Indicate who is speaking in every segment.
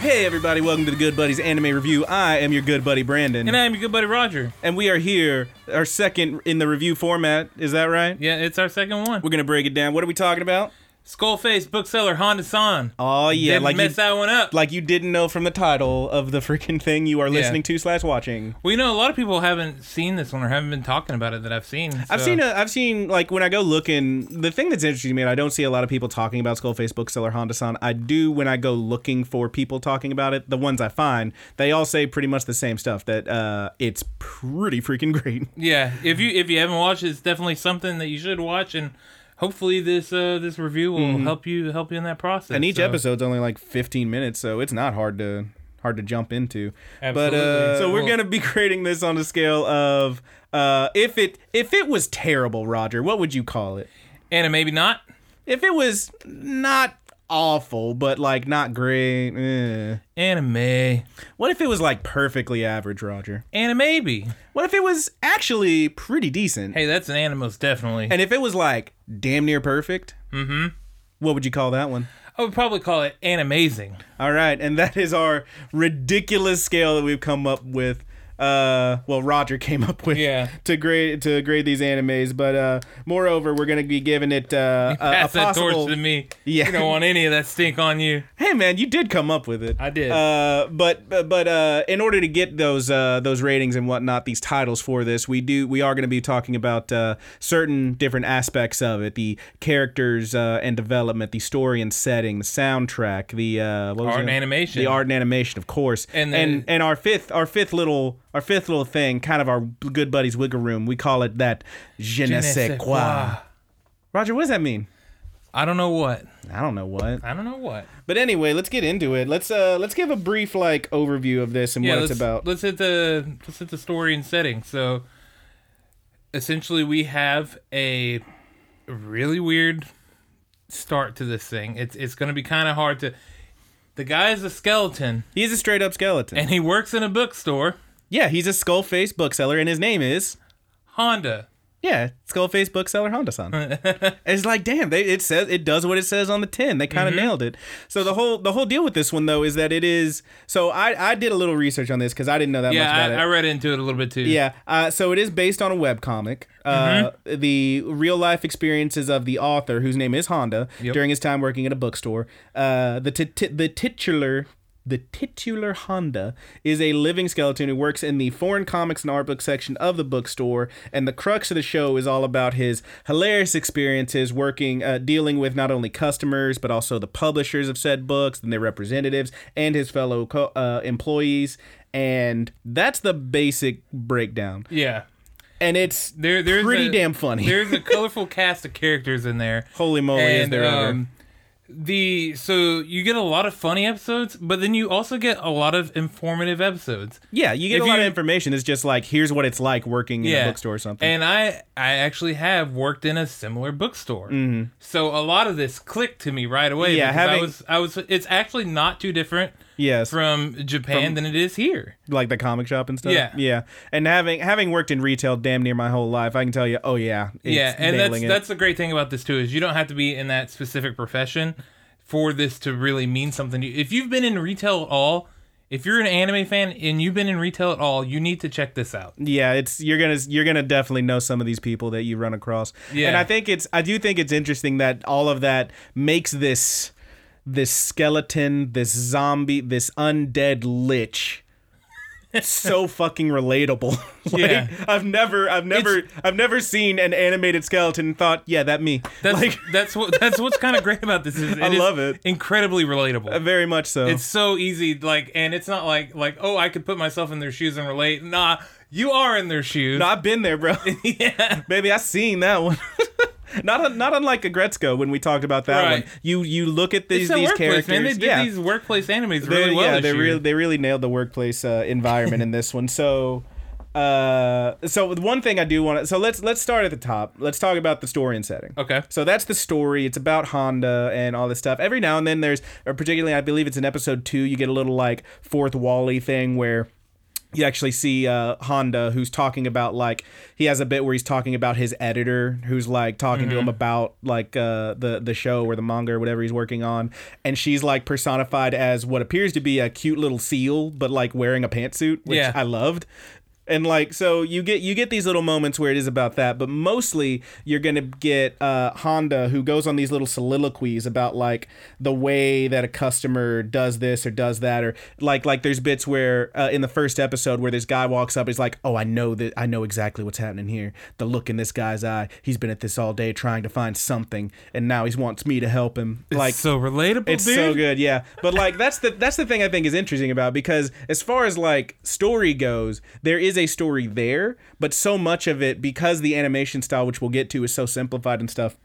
Speaker 1: Hey everybody, welcome to the Good Buddies Anime Review. I am your good buddy Brandon,
Speaker 2: And I am your good buddy Roger.
Speaker 1: and we are here, our second in the review format. Is that right?
Speaker 2: Yeah, it's our second one.
Speaker 1: We're gonna break it down. What are we talking about?
Speaker 2: Skullface bookseller Honda San.
Speaker 1: Oh yeah,
Speaker 2: Didn't
Speaker 1: like
Speaker 2: mess
Speaker 1: you,
Speaker 2: that one up.
Speaker 1: like you didn't know from the title of the freaking thing you are listening to slash watching.
Speaker 2: we know a lot of people haven't seen this one or haven't been talking about it that I've seen.
Speaker 1: I've
Speaker 2: so-
Speaker 1: seen a, I've seen like when I go looking the thing that's interesting to me and I don't see a lot of people talking about Skullface bookseller Honda san I do when I go looking for people talking about it the ones I find they all say pretty much the same stuff that uh it's pretty freaking great
Speaker 2: Yeah, if you if you haven't watched it, it's definitely something that you should watch, and hopefully this uh this review will help you help you in that process.
Speaker 1: Mm-hmm. and each
Speaker 2: so-
Speaker 1: episode's only like 15 minutes so it's not hard to hard to jump into
Speaker 2: Absolutely.
Speaker 1: but uh, so we're
Speaker 2: Well-
Speaker 1: gonna be grading this on a scale of uh if it if it was terrible Roger what would you call it
Speaker 2: and maybe not.
Speaker 1: if it was not awful but like not great eh.
Speaker 2: Anime,
Speaker 1: What if it was like perfectly average, Roger?
Speaker 2: anime, maybe.
Speaker 1: What if it was actually pretty decent?
Speaker 2: Hey, that's an animals definitely.
Speaker 1: And if it was like damn near perfect, mm-hmm. what would you call that one?
Speaker 2: I would probably call it animazing.
Speaker 1: All right, and that is our ridiculous scale that we've come up with. Uh, well, Roger came up with
Speaker 2: Yeah.
Speaker 1: to grade to grade these animes, but uh, moreover, we're gonna be giving it uh, a, a
Speaker 2: Pass that torch
Speaker 1: possible.
Speaker 2: to me.
Speaker 1: Yeah.
Speaker 2: You don't want any of that stink on you.
Speaker 1: Hey man, you did come up with it.
Speaker 2: I did.
Speaker 1: Uh, but but but, uh, in order to get those uh, those ratings and whatnot, these titles for this, we do we are going to be talking about uh, certain different aspects of it: the characters uh, and development, the story and setting, the soundtrack, the uh, what was
Speaker 2: Art
Speaker 1: it?
Speaker 2: and animation.
Speaker 1: the art and animation, of course,
Speaker 2: And
Speaker 1: and
Speaker 2: then-
Speaker 1: and our fifth our fifth little our fifth little thing, kind of our good buddies wiggle room. We call it that je, ne sais quoi. Roger, what does that mean?
Speaker 2: I don't know what.
Speaker 1: I don't know what.
Speaker 2: I don't know what.
Speaker 1: But anyway, let's get into it. Let's uh let's give a brief like overview of this and what
Speaker 2: let's,
Speaker 1: it's about.
Speaker 2: Let's hit the let's hit the story and setting. So essentially we have a really weird start to this thing. It's it's gonna be kinda hard to the guy is a skeleton
Speaker 1: He's a straight up skeleton.
Speaker 2: and he works in a bookstore,
Speaker 1: yeah, he's a skull face bookseller and his name is
Speaker 2: Honda.
Speaker 1: yeah, skull face bookseller Honda san. it's like damn, they it says it does what it says on the tin. They
Speaker 2: Mm-hmm.
Speaker 1: kind of nailed it. So the whole the whole deal with this one though is that it is so I I did a little research on this because I didn't know that much
Speaker 2: Yeah,
Speaker 1: about it.
Speaker 2: I, I read into it a little bit too.
Speaker 1: Yeah. Uh, so it is based on a webcomic. Uh,
Speaker 2: Mm-hmm.
Speaker 1: The real life experiences of the author, whose name is Honda,
Speaker 2: Yep.
Speaker 1: during his time working at a bookstore. Uh, the ti- ti- the titular. The titular Honda is a living skeleton who works in the foreign comics and art book section of the bookstore, and the crux of the show is all about his hilarious experiences working, uh, dealing with not only customers but also the publishers of said books and their representatives and his fellow co- uh, employees, and that's the basic breakdown
Speaker 2: Yeah.
Speaker 1: and it's
Speaker 2: There there's
Speaker 1: pretty
Speaker 2: a-
Speaker 1: damn funny.
Speaker 2: There's a colorful cast of characters in there.
Speaker 1: Holy moly, is there
Speaker 2: um,
Speaker 1: ever?
Speaker 2: the so you get a lot of funny episodes, but then you also get a lot of informative episodes.
Speaker 1: Yeah, you get
Speaker 2: if
Speaker 1: a lot of
Speaker 2: you-
Speaker 1: information. It's just like here's what it's like working in a bookstore or something.
Speaker 2: And I I actually have worked in a similar bookstore, so a lot of this clicked to me right away.
Speaker 1: Mm-hmm. Yeah,
Speaker 2: because I
Speaker 1: having-
Speaker 2: was I was it's actually not too different
Speaker 1: yes,
Speaker 2: from Japan than it is here.
Speaker 1: like the comic shop and stuff.
Speaker 2: Yeah.
Speaker 1: yeah. And having having worked in retail damn near my whole life, I can tell you, oh yeah, it's
Speaker 2: yeah, and that's
Speaker 1: nailing it.
Speaker 2: that's the great thing about this too is you don't have to be in that specific profession for this to really mean something to you. If you've been in retail at all, if you're an anime fan and you've been in retail at all, you need to check this out.
Speaker 1: yeah it's you're gonna you're gonna definitely know some of these people that you run across
Speaker 2: Yeah.
Speaker 1: and i think it's i do think it's interesting that all of that makes this this skeleton this zombie this undead lich so fucking relatable like,
Speaker 2: Yeah.
Speaker 1: i've never i've never i've never seen an animated skeleton and thought yeah that me
Speaker 2: That's
Speaker 1: like
Speaker 2: that's what that's what's kind of great about this is it
Speaker 1: I
Speaker 2: is
Speaker 1: love it.
Speaker 2: Incredibly relatable.
Speaker 1: very much so
Speaker 2: It's so easy, like, and it's not like like oh I could put myself in their shoes and relate. Nah, you are in their shoes.
Speaker 1: No, I've been there, bro. yeah. Baby, I seen that one. Not un- not unlike Agretzko when we talked about that
Speaker 2: Right.
Speaker 1: one. You you look at these
Speaker 2: it's a
Speaker 1: these
Speaker 2: workplace,
Speaker 1: characters.
Speaker 2: man. They did
Speaker 1: yeah.
Speaker 2: these workplace animes
Speaker 1: They-
Speaker 2: really well.
Speaker 1: yeah,
Speaker 2: this
Speaker 1: they
Speaker 2: year.
Speaker 1: really they really nailed the workplace uh, environment in this one. So, uh, so the one thing I do want to so let's let's start at the top. Let's talk about the story and setting.
Speaker 2: Okay.
Speaker 1: So that's the story. It's about Honda and all this stuff. Every now and then there's, or particularly I believe it's in episode two, you get a little like fourth Wally thing where you actually see uh, Honda who's talking about like he has a bit where he's talking about his editor who's like talking
Speaker 2: Mm-hmm.
Speaker 1: to him about like uh, the the show or the manga or whatever he's working on, and she's like personified as what appears to be a cute little seal, but like wearing a pantsuit, which
Speaker 2: Yeah.
Speaker 1: I loved. And like so you get you get these little moments where it is about that, but mostly you're gonna get uh, Honda who goes on these little soliloquies about like the way that a customer does this or does that or like like there's bits where uh, in the first episode where this guy walks up, he's like, oh I know that I know exactly what's happening here. The look in this guy's eye, he's been at this all day trying to find something, and now he wants me to help him. like
Speaker 2: so relatable,
Speaker 1: it's
Speaker 2: dude.
Speaker 1: so good, yeah. But like that's the that's the thing I think is interesting about because as far as like story goes, there is a story there, but so much of it because the animation style, which we'll get to, is so simplified and stuff.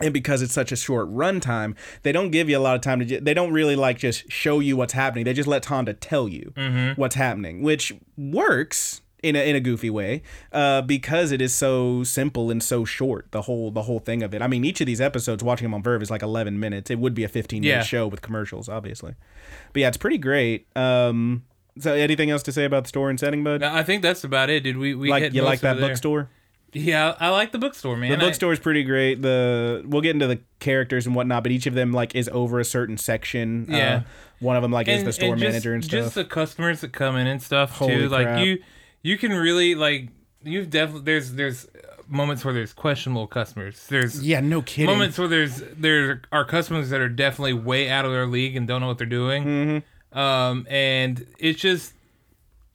Speaker 1: And because it's such a short runtime, they don't give you a lot of time to. ju- They don't really like just show you what's happening. They just let Honda tell you
Speaker 2: Mm-hmm.
Speaker 1: what's happening, which works in a, in a goofy way uh, because it is so simple and so short. The whole the whole thing of it. I mean, each of these episodes, watching them on Verve is like eleven minutes. It would be a fifteen minute
Speaker 2: Yeah.
Speaker 1: show with commercials, obviously. But yeah, it's pretty great. Um, so, anything else to say about the store and setting, bud?
Speaker 2: No, I think that's about it, dude. We we
Speaker 1: like
Speaker 2: hit
Speaker 1: you
Speaker 2: most
Speaker 1: like
Speaker 2: of
Speaker 1: that
Speaker 2: it there.
Speaker 1: bookstore?
Speaker 2: Yeah, I like the bookstore, man.
Speaker 1: The bookstore's pretty great. The we'll get into the characters and whatnot, but each of them like is over a certain section.
Speaker 2: Yeah.
Speaker 1: Uh, one of them like
Speaker 2: I,
Speaker 1: is the store
Speaker 2: just-
Speaker 1: manager and stuff.
Speaker 2: Just the customers that come in and stuff
Speaker 1: Holy
Speaker 2: too.
Speaker 1: crap.
Speaker 2: Like you, you can really like you've definitely there's there's moments where there's questionable customers. There's
Speaker 1: yeah, no kidding.
Speaker 2: moments where there's there are customers that are definitely way out of their league and don't know what they're doing.
Speaker 1: Mm-hmm.
Speaker 2: Um, and it's just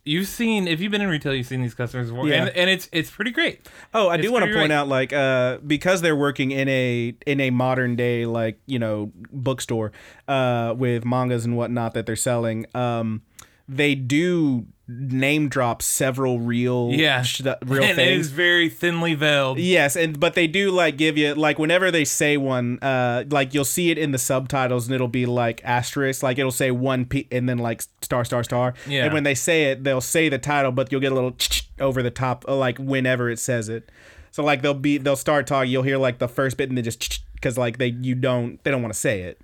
Speaker 2: you've seen if you've been in retail, you've seen these customers before,
Speaker 1: Yeah.
Speaker 2: and, and it's it's pretty great.
Speaker 1: Oh, I do
Speaker 2: It's
Speaker 1: want to
Speaker 2: pretty
Speaker 1: point
Speaker 2: right.
Speaker 1: out like uh because they're working in a in a modern day like, you know, bookstore uh with mangas and whatnot that they're selling, um they do name drop several real
Speaker 2: Yeah,
Speaker 1: sh- real
Speaker 2: and it
Speaker 1: things.
Speaker 2: is very thinly veiled.
Speaker 1: Yes, and but they do like give you like whenever they say one, uh, like you'll see it in the subtitles and it'll be like asterisk, like it'll say one p and then like star star star.
Speaker 2: Yeah.
Speaker 1: And when they say it, they'll say the title, but you'll get a little over the top, uh, like whenever it says it. So like they'll be they'll start talking, you'll hear like the first bit and then just because like they you don't they don't want to say it.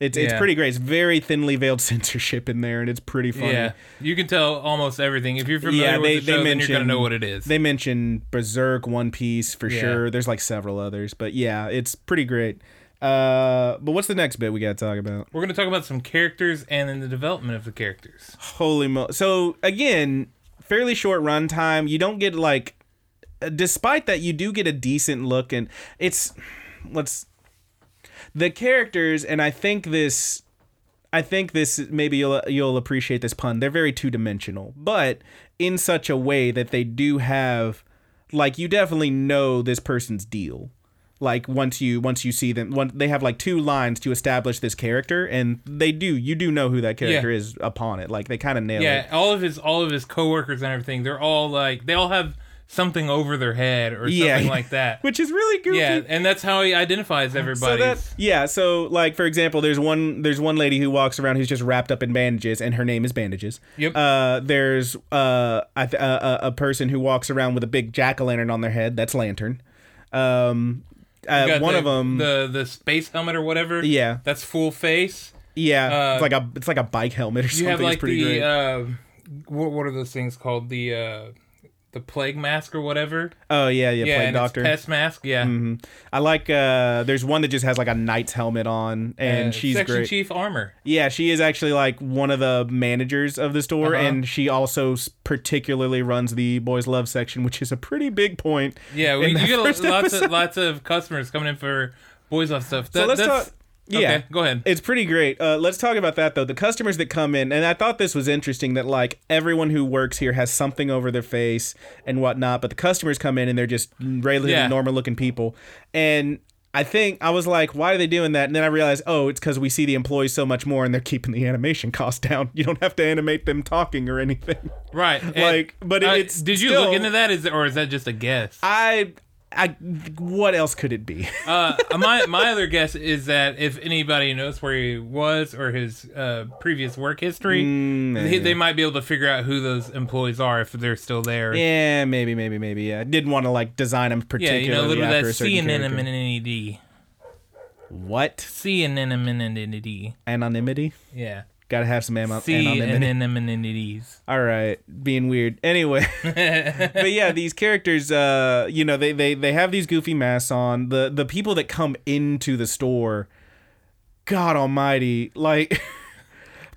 Speaker 1: It's it's
Speaker 2: Yeah.
Speaker 1: pretty great. It's very thinly veiled censorship in there, and it's pretty funny.
Speaker 2: Yeah, you can tell almost everything if you're familiar
Speaker 1: Yeah,
Speaker 2: with
Speaker 1: they-
Speaker 2: the
Speaker 1: they
Speaker 2: show. Then you're gonna
Speaker 1: mention-
Speaker 2: know what it is.
Speaker 1: They mention Berserk, One Piece for
Speaker 2: Yeah.
Speaker 1: sure. There's like several others, but yeah, it's pretty great. Uh, but what's the next bit we gotta talk about?
Speaker 2: We're gonna talk about some characters and then the development of the characters.
Speaker 1: Holy mo! So again, fairly short runtime. You don't get like, despite that, you do get a decent look, and it's let's the characters, and I think this I think this maybe you'll you'll appreciate this pun. They're very two dimensional, but in such a way that they do have like you definitely know this person's deal. Like once you once you see them, one, they have like two lines to establish this character, and they do you do know who that character is upon it. Like they kind of nail it.
Speaker 2: Yeah, all of his all of his coworkers and everything. They're all like they all have something over their head or something
Speaker 1: Yeah.
Speaker 2: like that.
Speaker 1: which is really goofy.
Speaker 2: Yeah, and that's how he identifies
Speaker 1: So
Speaker 2: everybody.
Speaker 1: that, uh, yeah, so like for example, there's one there's one lady who walks around who's just wrapped up in bandages, and her name is Bandages.
Speaker 2: Yep.
Speaker 1: Uh, there's uh a, a, a person who walks around with a big jack o' lantern on their head. That's Lantern. Um,
Speaker 2: You
Speaker 1: uh,
Speaker 2: got
Speaker 1: one
Speaker 2: the,
Speaker 1: of them.
Speaker 2: the the space helmet or whatever.
Speaker 1: Yeah.
Speaker 2: that's full face.
Speaker 1: yeah,
Speaker 2: uh,
Speaker 1: it's like a it's like a bike helmet or something.
Speaker 2: You have
Speaker 1: It's
Speaker 2: like
Speaker 1: pretty
Speaker 2: the
Speaker 1: great.
Speaker 2: uh, what what are those things called? The uh, the plague mask or whatever.
Speaker 1: oh yeah, yeah,
Speaker 2: Yeah,
Speaker 1: plague
Speaker 2: and
Speaker 1: doctor. Mm-hmm.
Speaker 2: It's pest mask. Yeah,
Speaker 1: I like uh, there's one that just has like a knight's helmet on, and
Speaker 2: Uh,
Speaker 1: she's
Speaker 2: section
Speaker 1: great.
Speaker 2: chief armor.
Speaker 1: Yeah, she is actually like one of the managers of the store,
Speaker 2: Uh-huh.
Speaker 1: and she also s- particularly runs the boys' love section, which is a pretty big point.
Speaker 2: Yeah, we,
Speaker 1: in
Speaker 2: you
Speaker 1: that
Speaker 2: get a-
Speaker 1: first
Speaker 2: lots
Speaker 1: episode.
Speaker 2: of lots of customers coming in for boys love stuff.
Speaker 1: So
Speaker 2: That-
Speaker 1: let's
Speaker 2: that's-
Speaker 1: talk. Yeah,
Speaker 2: okay, go ahead.
Speaker 1: It's pretty great. Uh, let's talk about that though. The customers that come in, and I thought this was interesting that like everyone who works here has something over their face and whatnot, but the customers come in and they're just relatively
Speaker 2: Yeah.
Speaker 1: normal looking people. And I think I was like, why are they doing that? And then I realized, oh, it's because we see the employees so much more, and they're keeping the animation cost down. You don't have to animate them talking or anything.
Speaker 2: Right, and-
Speaker 1: like, but
Speaker 2: uh,
Speaker 1: it's
Speaker 2: did you
Speaker 1: still-
Speaker 2: look into that? Is or is that just a guess?
Speaker 1: I I, what else could it be?
Speaker 2: Uh, my my other guess is that if anybody knows where he was or his uh, previous work history,
Speaker 1: Mm,
Speaker 2: they, they might be able to figure out who those employees are if they're still there.
Speaker 1: yeah, maybe, maybe, maybe. Yeah, I didn't want to like design him
Speaker 2: Yeah,
Speaker 1: particularly
Speaker 2: you know, a little bit
Speaker 1: after
Speaker 2: of that
Speaker 1: a certain
Speaker 2: C and N
Speaker 1: character.
Speaker 2: and N D.
Speaker 1: What
Speaker 2: C and N and D.
Speaker 1: anonymity?
Speaker 2: Yeah.
Speaker 1: Gotta have some am-
Speaker 2: C
Speaker 1: anonymity.
Speaker 2: and N
Speaker 1: All right, being weird. Anyway, but yeah, these characters, uh, you know, they they they have these goofy masks on. The the people that come into the store, God Almighty, like.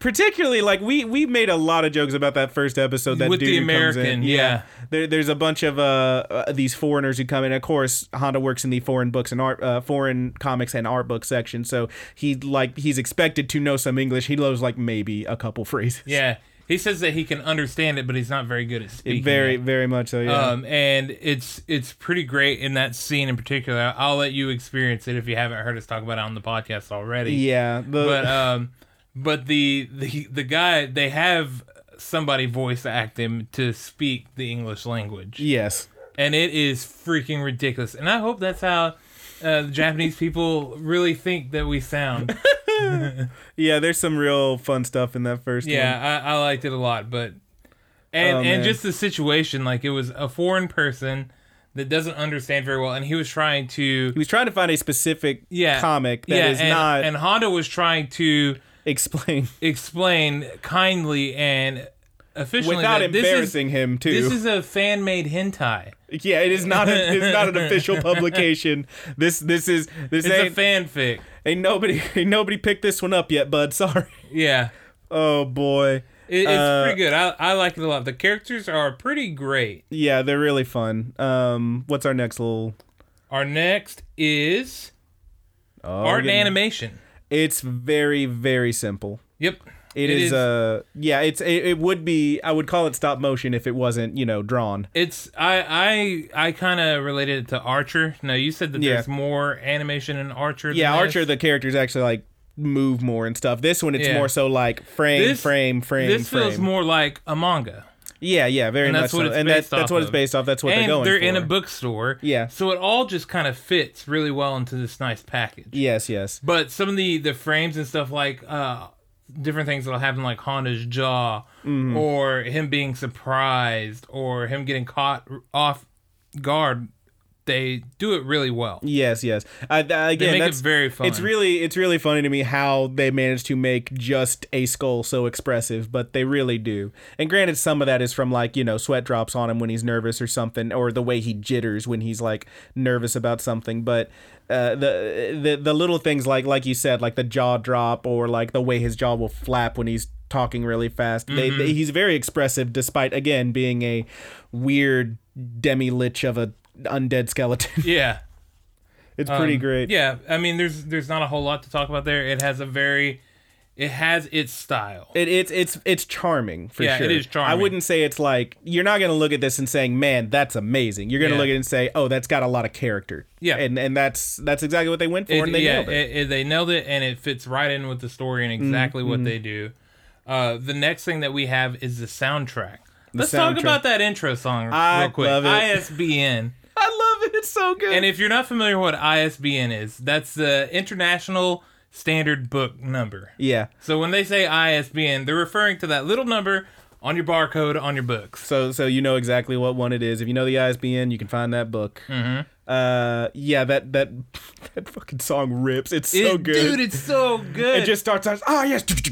Speaker 1: Particularly, like we we made a lot of jokes about that first episode. That
Speaker 2: With
Speaker 1: dude
Speaker 2: the
Speaker 1: who comes in.
Speaker 2: American, yeah.
Speaker 1: There, there's a bunch of uh, uh these foreigners who come in. Of course, Honda works in the foreign books and art, uh, foreign comics and art book section. So he like he's expected to know some English. He knows like maybe a couple phrases.
Speaker 2: Yeah. He says that he can understand it, but he's not very good at speaking.
Speaker 1: very
Speaker 2: it.
Speaker 1: very much so. Yeah.
Speaker 2: Um, and it's it's pretty great in that scene in particular. I'll let you experience it if you haven't heard us talk about it on the podcast already.
Speaker 1: Yeah, the
Speaker 2: But um, but the the the guy they have somebody voice act him to speak the English language,
Speaker 1: yes,
Speaker 2: and it is freaking ridiculous. And I hope that's how. Uh, the Japanese people really think that we sound.
Speaker 1: yeah. There's some real fun stuff in that first. one.
Speaker 2: Yeah, I, I liked it a lot, but and
Speaker 1: Oh, man.
Speaker 2: and just the situation, like it was a foreign person that doesn't understand very well, and he was trying to
Speaker 1: he was trying to find a specific
Speaker 2: yeah
Speaker 1: comic that is
Speaker 2: yeah, and,
Speaker 1: not
Speaker 2: and Honda was trying to
Speaker 1: explained
Speaker 2: explain kindly and efficiently
Speaker 1: without
Speaker 2: that this is-
Speaker 1: embarrassing him too.
Speaker 2: This is a fan made hentai.
Speaker 1: yeah, it is not a, it's not an official publication. This this is this
Speaker 2: It's
Speaker 1: ain't,
Speaker 2: a fanfic.
Speaker 1: ain't nobody ain't nobody picked this one up yet, bud. Sorry.
Speaker 2: Yeah.
Speaker 1: Oh boy.
Speaker 2: It, it's
Speaker 1: Uh,
Speaker 2: pretty good. I, I like it a lot. The characters are pretty great.
Speaker 1: Yeah, they're really fun. Um, what's our next little
Speaker 2: Our next is
Speaker 1: oh,
Speaker 2: art and
Speaker 1: goodness.
Speaker 2: animation.
Speaker 1: It's very very simple.
Speaker 2: Yep.
Speaker 1: it is, uh yeah it's it, it would be I would call it stop motion if it wasn't you know drawn.
Speaker 2: It's I I I kind of related it to Archer. Now you said that
Speaker 1: Yeah.
Speaker 2: there's more animation in Archer.
Speaker 1: Yeah,
Speaker 2: than
Speaker 1: Archer,
Speaker 2: this.
Speaker 1: the characters actually like move more and stuff. This one, it's
Speaker 2: Yeah.
Speaker 1: more so like frame,
Speaker 2: This-
Speaker 1: frame, frame,
Speaker 2: this
Speaker 1: frame.
Speaker 2: feels more like a manga,
Speaker 1: yeah, yeah, very
Speaker 2: and
Speaker 1: much.
Speaker 2: that's
Speaker 1: so.
Speaker 2: what it's
Speaker 1: and
Speaker 2: based
Speaker 1: that's
Speaker 2: off
Speaker 1: what it's
Speaker 2: of.
Speaker 1: based off. That's what
Speaker 2: and
Speaker 1: they're going
Speaker 2: they're
Speaker 1: for.
Speaker 2: in a bookstore.
Speaker 1: Yeah.
Speaker 2: so it all just kind of fits really well into this nice package.
Speaker 1: Yes, yes,
Speaker 2: But some of the the frames and stuff like uh different things that'll happen like Honda's jaw
Speaker 1: Mm-hmm.
Speaker 2: or him being surprised or him getting caught off guard. They do it really well.
Speaker 1: yes, yes. I, I, again,
Speaker 2: They make it
Speaker 1: that's
Speaker 2: very fun.
Speaker 1: It's really, it's really funny to me how they managed to make just a skull so expressive, but they really do. And granted, some of that is from like you know sweat drops on him when he's nervous or something, or the way he jitters when he's like nervous about something. But uh, the the the little things like like you said, like the jaw drop or like the way his jaw will flap when he's talking really fast. They,
Speaker 2: Mm-hmm.
Speaker 1: they, he's very expressive, despite again being a weird demi lich of a undead skeleton.
Speaker 2: yeah.
Speaker 1: it's pretty
Speaker 2: Um,
Speaker 1: great.
Speaker 2: Yeah, I mean, there's there's not a whole lot to talk about there. It has a very, it has its style.
Speaker 1: It, it's it's it's charming for
Speaker 2: Yeah, it
Speaker 1: sure.
Speaker 2: is charming.
Speaker 1: I wouldn't say it's like you're not gonna look at this and saying, "Man, that's amazing." You're gonna
Speaker 2: Yeah.
Speaker 1: look at it and say, "Oh, that's got a lot of character."
Speaker 2: Yeah.
Speaker 1: and and that's that's exactly what they went for,
Speaker 2: It-
Speaker 1: and they
Speaker 2: yeah,
Speaker 1: nailed it.
Speaker 2: it- it- they nailed it, and it fits right in with the story and exactly
Speaker 1: Mm-hmm.
Speaker 2: what they do. Uh, the next thing that we have is the soundtrack. Let's
Speaker 1: soundtrack.
Speaker 2: talk about that intro song
Speaker 1: I
Speaker 2: real quick.
Speaker 1: love it.
Speaker 2: ISBN.
Speaker 1: I love it. It's so good.
Speaker 2: And if you're not familiar with what ISBN is, that's the International Standard Book Number.
Speaker 1: yeah.
Speaker 2: So when they say ISBN, they're referring to that little number on your barcode on your books.
Speaker 1: So so you know exactly what one it is. If you know the ISBN, you can find that book. Mm-hmm. Uh, yeah, that that that fucking song rips. It's so
Speaker 2: It-
Speaker 1: good.
Speaker 2: Dude, it's so good.
Speaker 1: it just starts out. Ah, yes. It's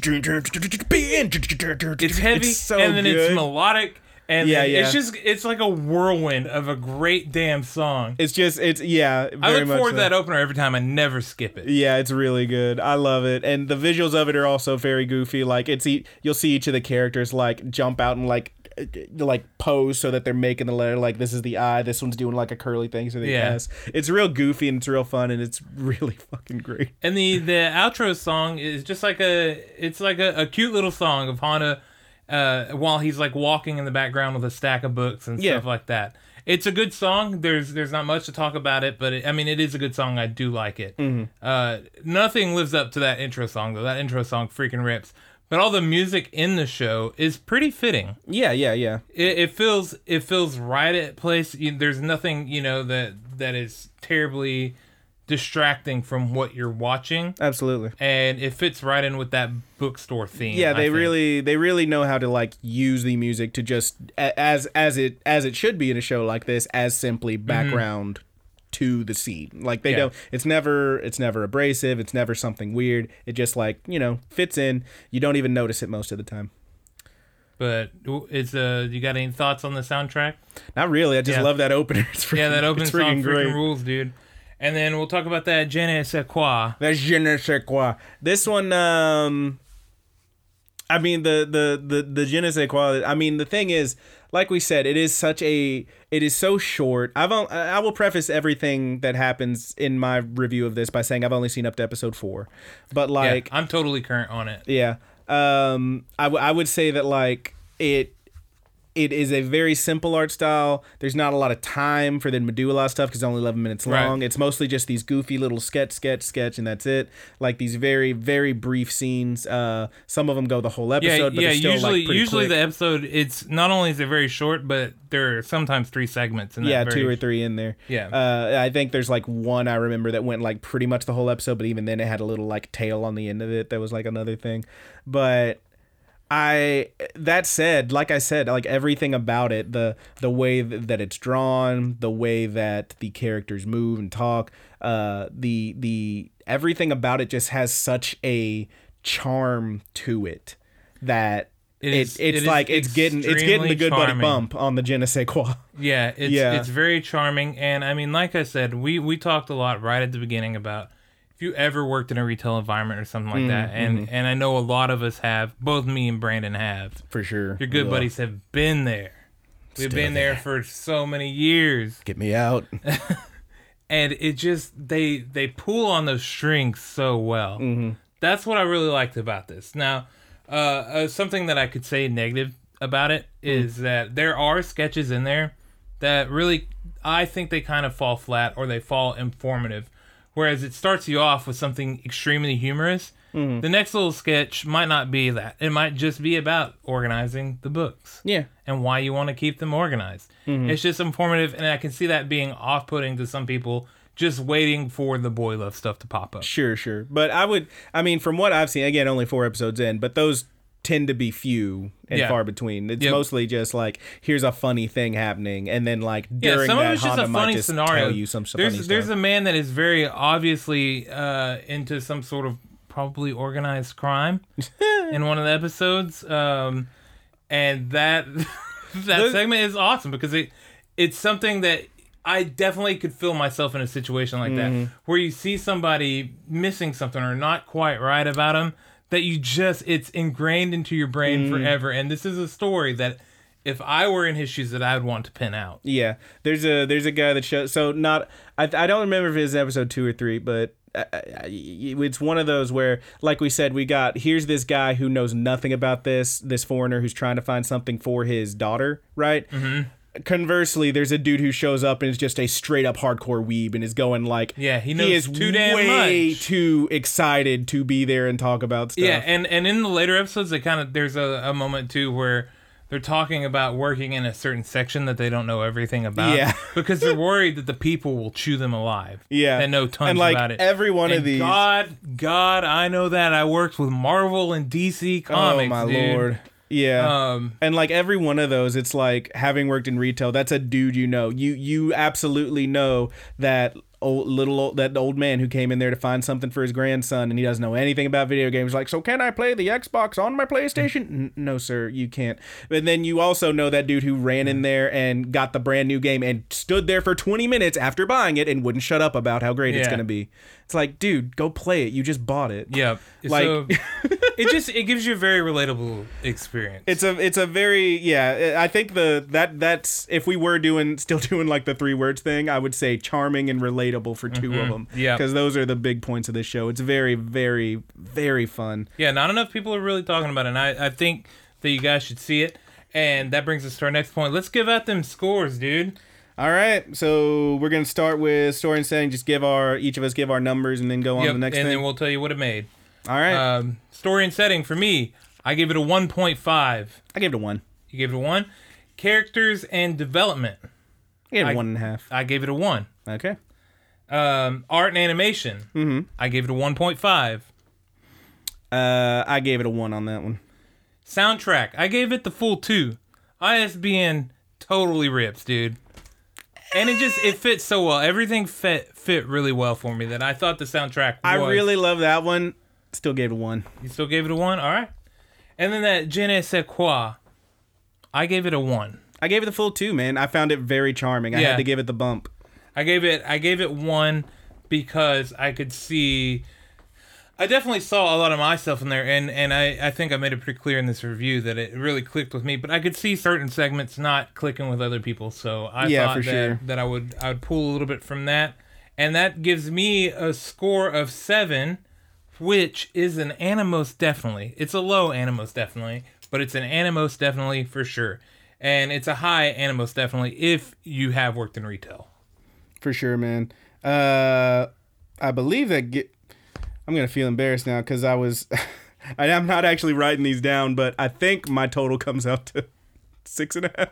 Speaker 2: it's heavy
Speaker 1: so
Speaker 2: and then
Speaker 1: good.
Speaker 2: it's melodic and
Speaker 1: Yeah,
Speaker 2: yeah,
Speaker 1: yeah.
Speaker 2: it's just it's like a whirlwind of a great damn song.
Speaker 1: It's just it's yeah. Very
Speaker 2: I look
Speaker 1: much
Speaker 2: forward to
Speaker 1: so.
Speaker 2: that opener every time. I never skip it.
Speaker 1: Yeah, it's really good. I love it, and the visuals of it are also very goofy. Like it's e- you'll see each of the characters like jump out and like uh, like pose so that they're making the letter like this is the eye, this one's doing like a curly thing, so they
Speaker 2: Yeah.
Speaker 1: pass. It's real goofy and it's real fun and it's really fucking great.
Speaker 2: And the the outro song is just like a it's like a, a cute little song of Hana uh, while he's like walking in the background with a stack of books and
Speaker 1: Yeah.
Speaker 2: stuff like that. It's a good song. There's there's not much to talk about it, but it, I mean it is a good song. I
Speaker 1: Mm-hmm.
Speaker 2: do like it. Uh, nothing lives up to that intro song though. That intro song freaking rips. But all the music in the show is pretty fitting.
Speaker 1: Yeah, yeah, yeah.
Speaker 2: It, it feels it feels right at place. You, there's nothing you know that that is terribly distracting from what you're watching,
Speaker 1: Absolutely.
Speaker 2: and it fits right in with that bookstore theme.
Speaker 1: Yeah,
Speaker 2: I
Speaker 1: they
Speaker 2: think.
Speaker 1: really they really know how to like use the music to just a- as as it as it should be in a show like this as simply background to the scene. Like they
Speaker 2: Mm-hmm. Yeah.
Speaker 1: don't it's never it's never abrasive, it's never something weird. It just like, you know, fits in. You don't even notice it most of the time.
Speaker 2: But it's uh, you got any thoughts on the soundtrack?
Speaker 1: Not really. I just
Speaker 2: Yeah.
Speaker 1: love that opener. It's freaking,
Speaker 2: Yeah, that opening
Speaker 1: it's
Speaker 2: song
Speaker 1: freaking
Speaker 2: freaking
Speaker 1: great.
Speaker 2: rules, dude. And then we'll talk about that je ne sais quoi.
Speaker 1: That's je ne sais quoi. This one, um, I mean the the the the je ne sais quoi. I mean the thing is, like we said, it is such a it is so short. I've on, I will preface everything that happens in my review of this by saying I've only seen up to episode four, but
Speaker 2: Yeah,
Speaker 1: like
Speaker 2: I'm totally current on it.
Speaker 1: yeah. Um, I, w- I would say that like it it is a very simple art style. There's not a lot of time for them to do a lot of stuff because it's only 11 minutes
Speaker 2: Right.
Speaker 1: long. It's mostly just these goofy little sketch, sketch, sketch, and that's it. Like these very, very brief scenes. Uh, some of them go the whole
Speaker 2: Yeah,
Speaker 1: episode, but
Speaker 2: yeah.
Speaker 1: they're still
Speaker 2: Usually,
Speaker 1: like pretty
Speaker 2: usually
Speaker 1: quick.
Speaker 2: the episode it's not only is it very short, but there are sometimes three segments. In that
Speaker 1: yeah,
Speaker 2: very,
Speaker 1: two or three in there.
Speaker 2: Yeah.
Speaker 1: Uh, I think there's like one I remember that went like pretty much the whole episode, but even then it had a little like tail on the end of it that was like another thing. But I that said, like I said, like everything about it, the the way th- that it's drawn, the way that the characters move and talk, uh, the the everything about it just has such a charm to it that.
Speaker 2: It
Speaker 1: It
Speaker 2: is-
Speaker 1: it's
Speaker 2: it is
Speaker 1: like it's getting it's getting the
Speaker 2: extremely
Speaker 1: good buddy
Speaker 2: charming.
Speaker 1: bump on the je ne sais quoi.
Speaker 2: Yeah, it's
Speaker 1: Yeah.
Speaker 2: it's very charming, and I mean, like I said, we we talked a lot right at the beginning about if you ever worked in a retail environment or something like that, and and I know a lot of us have, both me and Brandon have.
Speaker 1: For sure.
Speaker 2: Your good
Speaker 1: Ugh.
Speaker 2: buddies have been there. We've
Speaker 1: Still
Speaker 2: been there for so many years.
Speaker 1: Get me out.
Speaker 2: and it just they they pull on those strings so well. That's what I really liked about this. Now, uh, uh, something that I could say negative about it is that there are sketches in there that really I think they kind of fall flat or they fall informative. Whereas it starts you off with something extremely humorous. The next little sketch might not be that. It might just be about organizing the books
Speaker 1: Yeah.
Speaker 2: and why you want to keep them organized. It's just informative, and I can see that being off putting to some people just waiting for the boy love stuff to pop up.
Speaker 1: Sure, sure. But I would, I mean, from what I've seen, again, only four episodes in, but those tend to be few and
Speaker 2: Yeah.
Speaker 1: far between. It's
Speaker 2: Yep.
Speaker 1: mostly just like, here's a funny thing happening. And then, like,
Speaker 2: Yeah,
Speaker 1: during
Speaker 2: some
Speaker 1: that,
Speaker 2: of it's just
Speaker 1: Honda
Speaker 2: a
Speaker 1: might
Speaker 2: funny
Speaker 1: just
Speaker 2: scenario.
Speaker 1: tell you some s-
Speaker 2: there's
Speaker 1: funny
Speaker 2: there's
Speaker 1: stuff.
Speaker 2: a man that is very obviously uh, into some sort of probably organized crime in one of the episodes, um, and that that segment is awesome because it it's something that I definitely could feel myself in a situation like
Speaker 1: Mm-hmm.
Speaker 2: that where you see somebody missing something or not quite right about them that you just it's ingrained into your brain
Speaker 1: Mm.
Speaker 2: forever, and this is a story that. If I were in his shoes, that I would want to pin out.
Speaker 1: Yeah, there's a there's a guy that shows. So not I, I don't remember if it was episode two or three, but uh, I, I, I- it's one of those where, like we said, we got here's this guy who knows nothing about this this foreigner who's trying to find something for his daughter, right? Mm-hmm. Conversely, there's a dude who shows up and is just a straight up hardcore weeb and is going like,
Speaker 2: Yeah, he knows
Speaker 1: he is
Speaker 2: too damn
Speaker 1: way
Speaker 2: much.
Speaker 1: too excited to be there and talk about stuff.
Speaker 2: Yeah, and and in the later episodes, they kind of there's a, a moment too where they're talking about working in a certain section that they don't know everything about.
Speaker 1: Yeah.
Speaker 2: because they're worried that the people will chew them alive.
Speaker 1: Yeah.
Speaker 2: that know tons
Speaker 1: And, like,
Speaker 2: about it.
Speaker 1: every one of
Speaker 2: And
Speaker 1: these-
Speaker 2: God, God, I know that. I worked with Marvel and DC
Speaker 1: Oh
Speaker 2: Comics.
Speaker 1: my
Speaker 2: dude.
Speaker 1: lord. Yeah.
Speaker 2: Um,
Speaker 1: and like every one of those, it's like having worked in retail, that's a dude you know. You you absolutely know that old little old, that old man who came in there to find something for his grandson and he doesn't know anything about video games like so can i play the xbox on my playstation N- no sir you can't and then you also know that dude who ran in there and got the brand new game and stood there for 20 minutes after buying it and wouldn't shut up about how great it's
Speaker 2: Yeah.
Speaker 1: going to be it's like dude go play it you just bought it
Speaker 2: Yeah,
Speaker 1: Like-
Speaker 2: so it just it gives you a very relatable experience.
Speaker 1: It's a it's a very yeah. I think the that that's if we were doing still doing like the three words thing, I would say charming and relatable for 2 of them.
Speaker 2: Mm-hmm. Yeah.
Speaker 1: because those are the big points of this show. It's very very very fun.
Speaker 2: Yeah, not enough people are really talking about it, and I, I think that you guys should see it. And that brings us to our next point. Let's give out them scores, dude.
Speaker 1: All right, so we're gonna start with story and setting. Just give our each of us give our numbers and then go on to
Speaker 2: Yep,
Speaker 1: the next
Speaker 2: and
Speaker 1: thing.
Speaker 2: then we'll uh, tell you what it made.
Speaker 1: All right,
Speaker 2: Um, story and setting for me, I gave it a 1.5.
Speaker 1: I gave it a one.
Speaker 2: You gave it a 1. Characters and development.
Speaker 1: I gave it a one and a half.
Speaker 2: I gave it a 1.
Speaker 1: Okay.
Speaker 2: Um, art and animation. Mm-hmm. I gave it a 1.5.
Speaker 1: Uh, I gave it a one on that one.
Speaker 2: Soundtrack. I gave it the full 2. ISBN totally rips, dude. And it just it fits so well. Everything fit fit really well for me that I thought the soundtrack was.
Speaker 1: I really love that one. Still gave it a one.
Speaker 2: You still gave it a 1? All right. And then that Je ne sais quoi. I gave it a 1.
Speaker 1: I gave it the full two, man. I found it very charming. I
Speaker 2: Yeah.
Speaker 1: had to give it the bump.
Speaker 2: I gave it I gave it one because I could see I definitely saw a lot of myself in there and, and I, I think I made it pretty clear in this review that it really clicked with me, but I could see certain segments not clicking with other people, so I
Speaker 1: Yeah,
Speaker 2: thought
Speaker 1: for
Speaker 2: that,
Speaker 1: sure.
Speaker 2: that I would I would pull a little bit from that. And that gives me a score of seven, which is an animos definitely. It's a low animos definitely, but it's an animos definitely for sure. And it's a high animos definitely if you have worked in retail.
Speaker 1: For sure, man. Uh, I believe that. Ge- I'm gonna feel embarrassed now because I was. and I'm not actually writing these down, but I think my total comes out to six and a half.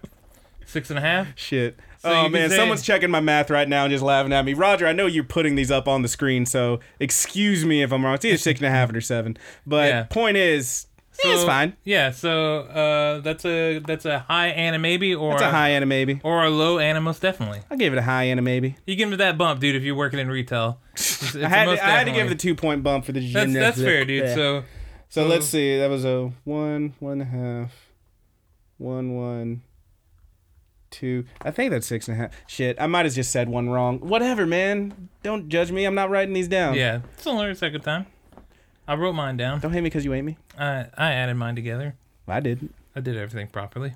Speaker 2: Six and a half.
Speaker 1: Shit.
Speaker 2: you
Speaker 1: oh
Speaker 2: can
Speaker 1: man,
Speaker 2: say-
Speaker 1: someone's checking my math right now and just laughing at me. Roger, I know you're putting these up on the screen, so excuse me if I'm wrong. It's either six and a half or seven. But
Speaker 2: Yeah.
Speaker 1: point is, eh, it's
Speaker 2: So-
Speaker 1: fine.
Speaker 2: Yeah, so uh, that's a that's a high anime maybe or
Speaker 1: It's a high anime, maybe.
Speaker 2: or a low anime most definitely.
Speaker 1: I gave it a high anime, maybe.
Speaker 2: You give it that bump, dude, if you're working in retail. It's, it's
Speaker 1: I had,
Speaker 2: a most
Speaker 1: to, I had to
Speaker 2: definitely.
Speaker 1: give it a two point bump for the
Speaker 2: that's,
Speaker 1: gymnastic.
Speaker 2: that's fair, dude.
Speaker 1: Yeah.
Speaker 2: So
Speaker 1: So
Speaker 2: So-
Speaker 1: let's see. That was a one, one and a half, one, one, two. I think that's six and a half. Shit, I might have just said one wrong. Whatever, man. Don't judge me. I'm not writing these down.
Speaker 2: yeah, it's only a second time. I wrote mine down.
Speaker 1: Don't hate me because you hate me.
Speaker 2: I I added mine together.
Speaker 1: I didn't.
Speaker 2: I did everything properly.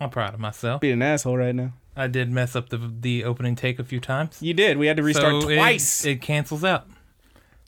Speaker 2: I'm proud of myself.
Speaker 1: Being an asshole right now.
Speaker 2: I did mess up the the opening take a few times.
Speaker 1: You did. We had to restart
Speaker 2: So it-
Speaker 1: twice.
Speaker 2: It, cancels out.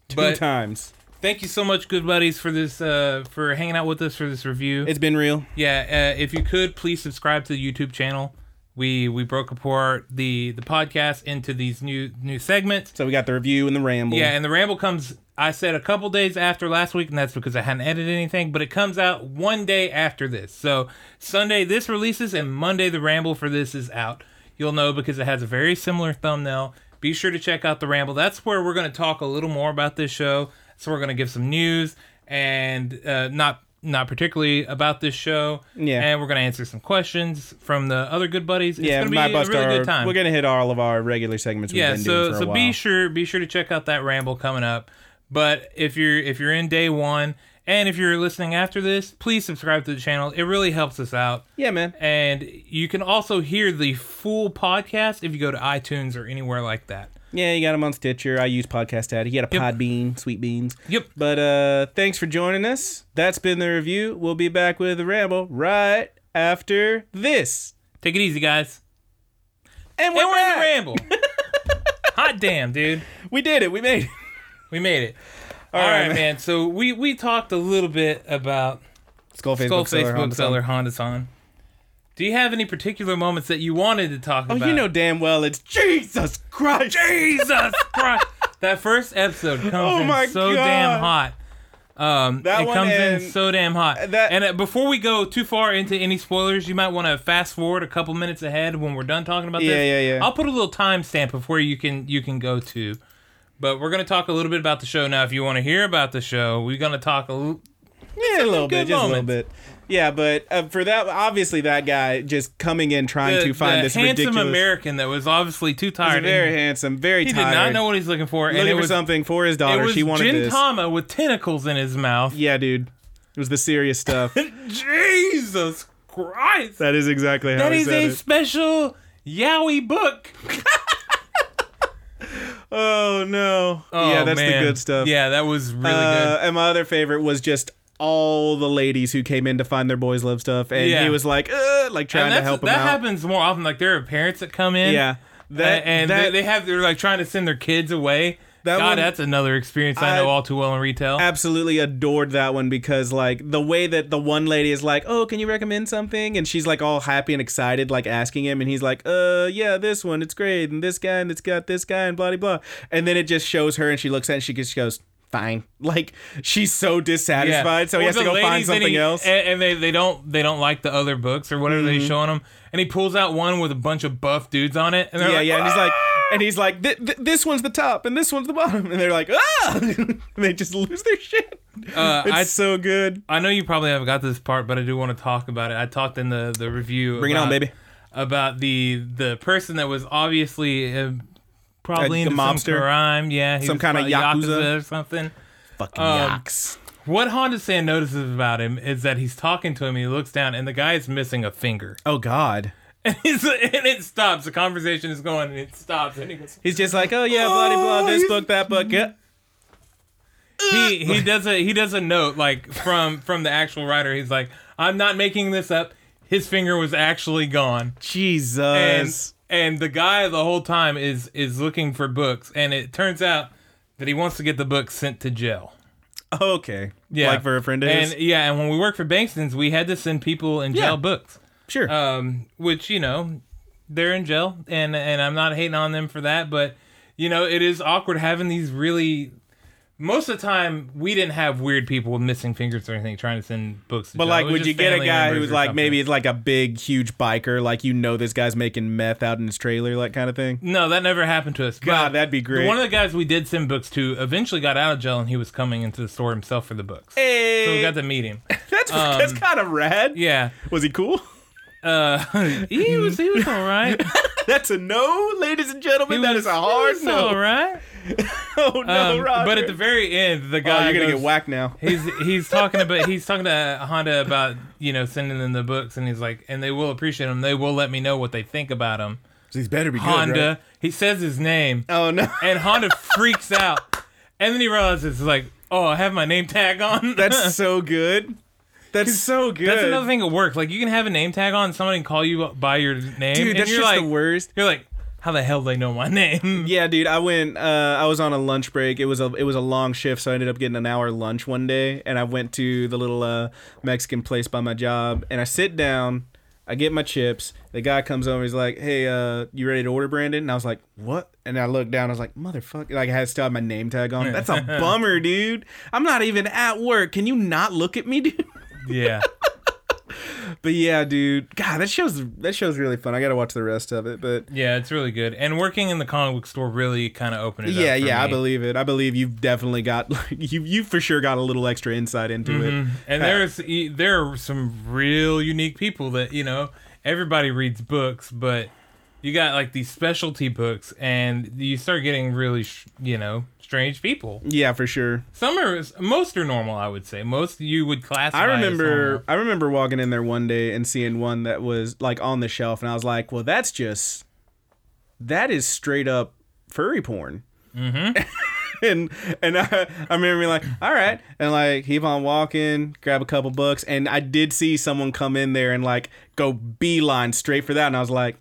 Speaker 1: two
Speaker 2: but-
Speaker 1: times.
Speaker 2: Thank you so much, good buddies, for this uh for hanging out with us for this review.
Speaker 1: It's been real.
Speaker 2: Yeah, uh, if you could please subscribe to the YouTube channel. We we broke apart the the podcast into these new new segments.
Speaker 1: So we got the review and the ramble.
Speaker 2: Yeah, and the ramble comes. I said a couple days after last week, and that's because I hadn't edited anything. But it comes out one day after this. So Sunday this releases, and Monday the ramble for this is out. You'll know because it has a very similar thumbnail. Be sure to check out the ramble. That's where we're going to talk a little more about this show. So we're going to give some news and uh, not not particularly about this show.
Speaker 1: Yeah.
Speaker 2: and we're going to answer some questions from the other good buddies. It's
Speaker 1: Yeah,
Speaker 2: going to be
Speaker 1: might
Speaker 2: a
Speaker 1: bust
Speaker 2: really
Speaker 1: our-
Speaker 2: good time
Speaker 1: We're gonna hit all of our regular segments. We've
Speaker 2: yeah
Speaker 1: been
Speaker 2: so
Speaker 1: doing for
Speaker 2: so
Speaker 1: a while.
Speaker 2: be sure be sure to check out that ramble coming up but if you're if you're in day one and if you're listening after this please subscribe to the channel it really helps us out
Speaker 1: yeah, man.
Speaker 2: and you can also hear the full podcast if you go to itunes or anywhere like that
Speaker 1: Yeah, you got him on Stitcher. I use Podcast Addict. You got a
Speaker 2: Yep.
Speaker 1: pod bean, sweet beans.
Speaker 2: Yep.
Speaker 1: But uh thanks for joining us. That's been the review. We'll be back with the ramble right after this.
Speaker 2: take it easy guys
Speaker 1: And
Speaker 2: and
Speaker 1: we're,
Speaker 2: we're in the
Speaker 1: back.
Speaker 2: ramble hot damn dude
Speaker 1: We did it. We made it.
Speaker 2: we made it all
Speaker 1: All
Speaker 2: right,
Speaker 1: right,
Speaker 2: man. so we we talked a little bit about
Speaker 1: Skullface
Speaker 2: Skull
Speaker 1: Bookseller,
Speaker 2: Facebook
Speaker 1: Honda
Speaker 2: seller honda san do you have any particular moments that you wanted to talk
Speaker 1: Song.
Speaker 2: about
Speaker 1: Oh, you know damn well it's Jesus Christ.
Speaker 2: Jesus Christ! That first episode comes
Speaker 1: Oh my
Speaker 2: in so
Speaker 1: God.
Speaker 2: damn hot. Um,
Speaker 1: That
Speaker 2: it
Speaker 1: one
Speaker 2: comes in
Speaker 1: and-
Speaker 2: so damn hot.
Speaker 1: that-
Speaker 2: and uh, before we go too far into any spoilers, you might want to fast forward a couple minutes ahead when we're done talking about
Speaker 1: Yeah,
Speaker 2: this.
Speaker 1: yeah, yeah.
Speaker 2: I'll put a little timestamp of where you can you can go to. But we're gonna talk a little bit about the show now. If you want to hear about the show, we're gonna talk a little.
Speaker 1: Yeah, a little bit,
Speaker 2: good
Speaker 1: just a little bit.
Speaker 2: moments.
Speaker 1: Yeah, but uh, for that, obviously that guy just coming in trying to find
Speaker 2: uh, the
Speaker 1: this
Speaker 2: handsome
Speaker 1: ridiculous.
Speaker 2: American that was obviously too
Speaker 1: He's
Speaker 2: tired.
Speaker 1: very
Speaker 2: and
Speaker 1: handsome, very
Speaker 2: he did
Speaker 1: tired.
Speaker 2: not know what he's looking for, and
Speaker 1: looking
Speaker 2: it
Speaker 1: for
Speaker 2: was
Speaker 1: something for his
Speaker 2: it
Speaker 1: daughter.
Speaker 2: was
Speaker 1: she wanted this.
Speaker 2: Gintama with tentacles in his mouth.
Speaker 1: Yeah, dude. It was the serious stuff.
Speaker 2: Jesus Christ!
Speaker 1: that is exactly how
Speaker 2: that
Speaker 1: he
Speaker 2: is
Speaker 1: said
Speaker 2: a
Speaker 1: it.
Speaker 2: special Yowie book.
Speaker 1: Oh no.
Speaker 2: Oh,
Speaker 1: yeah, that's
Speaker 2: man.
Speaker 1: the good stuff.
Speaker 2: Yeah, that was really
Speaker 1: Uh,
Speaker 2: good.
Speaker 1: and my other favorite was just all the ladies who came in to find their boys love stuff, and
Speaker 2: Yeah.
Speaker 1: he was like, uh, like trying
Speaker 2: And
Speaker 1: to
Speaker 2: that's,
Speaker 1: help
Speaker 2: that
Speaker 1: them out.
Speaker 2: happens more often. Like there are parents that come in,
Speaker 1: Yeah. That
Speaker 2: a- and
Speaker 1: that
Speaker 2: they, they have they're like trying to send their kids away.
Speaker 1: That
Speaker 2: God,
Speaker 1: one-
Speaker 2: that's another experience I,
Speaker 1: I-
Speaker 2: know all too well in retail.
Speaker 1: absolutely adored that one because like the way that the one lady is like, "Oh, can you recommend something?" and she's like all happy and excited like asking him and he's like, "Uh, yeah, this one. It's great. And this guy and it's got this guy and blah blah blah." And then it just shows her and she looks at it and she just goes, fine. Like she's so dissatisfied, so he
Speaker 2: Or
Speaker 1: has to
Speaker 2: the
Speaker 1: go find
Speaker 2: ladies that
Speaker 1: something
Speaker 2: he-
Speaker 1: else. Mm-hmm.
Speaker 2: And, and they, they don't they don't like the other books or whatever they're showing them. And he pulls out one with a bunch of buff dudes on it. And they're
Speaker 1: yeah,
Speaker 2: like,
Speaker 1: yeah. And he's like, and he's like, th- th- this one's the top and this one's the bottom, and they're like, ah, and they just lose their shit.
Speaker 2: Uh,
Speaker 1: it's
Speaker 2: I-
Speaker 1: so good.
Speaker 2: I know you probably haven't got to this part, but I do want to talk about it. I talked in the the review.
Speaker 1: Bring it on,
Speaker 2: about-
Speaker 1: baby.
Speaker 2: About the the person that was obviously uh, probably
Speaker 1: A-
Speaker 2: into
Speaker 1: a
Speaker 2: some
Speaker 1: mobster?
Speaker 2: crime. Yeah, he
Speaker 1: Some
Speaker 2: was
Speaker 1: kinda
Speaker 2: probably
Speaker 1: yakuza?
Speaker 2: or something.
Speaker 1: Fucking
Speaker 2: Um,
Speaker 1: yaks.
Speaker 2: What Honda San notices about him is that he's talking to him. He looks down, and the guy is missing a finger.
Speaker 1: Oh God.
Speaker 2: And, he's, and it stops. The conversation is going, and it stops. And he goes,
Speaker 1: He's just like, oh yeah, blah de blah,
Speaker 2: Oh,
Speaker 1: this
Speaker 2: he's-
Speaker 1: book, that book. Yeah.
Speaker 2: he he does a he does a note like from from the actual writer. He's like, I'm not making this up. His finger was actually gone.
Speaker 1: Jesus.
Speaker 2: and and the guy the whole time is is looking for books and it turns out that he wants to get the book sent to jail
Speaker 1: okay.
Speaker 2: yeah
Speaker 1: Like for a friend of his.
Speaker 2: and yeah and when we worked for bankston's we had to send people in jail
Speaker 1: Yeah.
Speaker 2: books
Speaker 1: sure.
Speaker 2: um which you know they're in jail and and i'm not hating on them for that but you know it is awkward having these really most of the time, we didn't have weird people with missing fingers or anything trying to send books. To
Speaker 1: but
Speaker 2: jail.
Speaker 1: like,
Speaker 2: It was
Speaker 1: would
Speaker 2: just
Speaker 1: you get a
Speaker 2: family
Speaker 1: guy
Speaker 2: members
Speaker 1: who's
Speaker 2: or
Speaker 1: like
Speaker 2: something.
Speaker 1: maybe it's like a big, huge biker, like you know this guy's making meth out in his trailer, like kind of thing?
Speaker 2: No, that never happened to us.
Speaker 1: God,
Speaker 2: But
Speaker 1: that'd be great.
Speaker 2: One of the guys we did send books to eventually got out of jail, and he was coming into the store himself for the books.
Speaker 1: Hey,
Speaker 2: So we got to meet him.
Speaker 1: that's that's kind of rad.
Speaker 2: Yeah,
Speaker 1: Was he cool?
Speaker 2: uh, he was he was all right.
Speaker 1: That's a no, ladies and gentlemen.
Speaker 2: He
Speaker 1: that
Speaker 2: was,
Speaker 1: is a hard
Speaker 2: he was all
Speaker 1: no.
Speaker 2: right.
Speaker 1: Oh no,
Speaker 2: Um,
Speaker 1: Roger.
Speaker 2: but at the very end, the
Speaker 1: oh,
Speaker 2: guy
Speaker 1: you're gonna
Speaker 2: goes-
Speaker 1: get whacked now.
Speaker 2: He's he's talking about he's talking to Honda about you know sending them the books, and he's like, and they will appreciate him. They will let me know what they think about him.
Speaker 1: He's better be
Speaker 2: Honda. He says his name.
Speaker 1: Oh no.
Speaker 2: and Honda freaks out, and then he realizes like, oh, I have my name tag on.
Speaker 1: That's so good. That's so good.
Speaker 2: that's another thing at work. Like you can have a name tag on, and somebody can call you by your name,
Speaker 1: Dude,
Speaker 2: and
Speaker 1: that's just
Speaker 2: you're like,
Speaker 1: the worst.
Speaker 2: you're like, how the hell do they know my name?
Speaker 1: Yeah, dude, I went. Uh, I was on a lunch break. It was a it was a long shift, so I ended up getting an hour lunch one day. And I went to the little uh, Mexican place by my job, and I sit down. I get my chips. The guy comes over. He's like, "Hey, uh, you ready to order, Brandon?" And I was like, "What?" And I looked down. I was like, "Motherfucker!" Like I had still had my name tag on. That's a bummer, dude. I'm not even at work. Can you not look at me, dude?
Speaker 2: yeah,
Speaker 1: But yeah, dude. God, that show's that show's really fun. I gotta watch the rest of it, but.
Speaker 2: yeah, it's really good. And working in the comic book store really kind of opened it up.
Speaker 1: Yeah,
Speaker 2: for
Speaker 1: yeah, I
Speaker 2: me.
Speaker 1: believe it. I believe you've definitely got like you you for sure got a little extra insight into it.
Speaker 2: And there's e- there are some real unique people that you know everybody reads books, but you got like these specialty books, and you start getting really sh- you know strange people.
Speaker 1: Yeah, for sure.
Speaker 2: Some are most are normal, I would say. Most you would
Speaker 1: I
Speaker 2: classify. as
Speaker 1: remember
Speaker 2: normal.
Speaker 1: I remember walking in there one day and seeing one that was like on the shelf and I was like, "Well, that's just that is straight up furry porn."
Speaker 2: Mm-hmm.
Speaker 1: and and I, I remember being like, all right, and like keep on walking, grab a couple bucks, and I did see someone come in there and like go beeline straight for that, and I was like,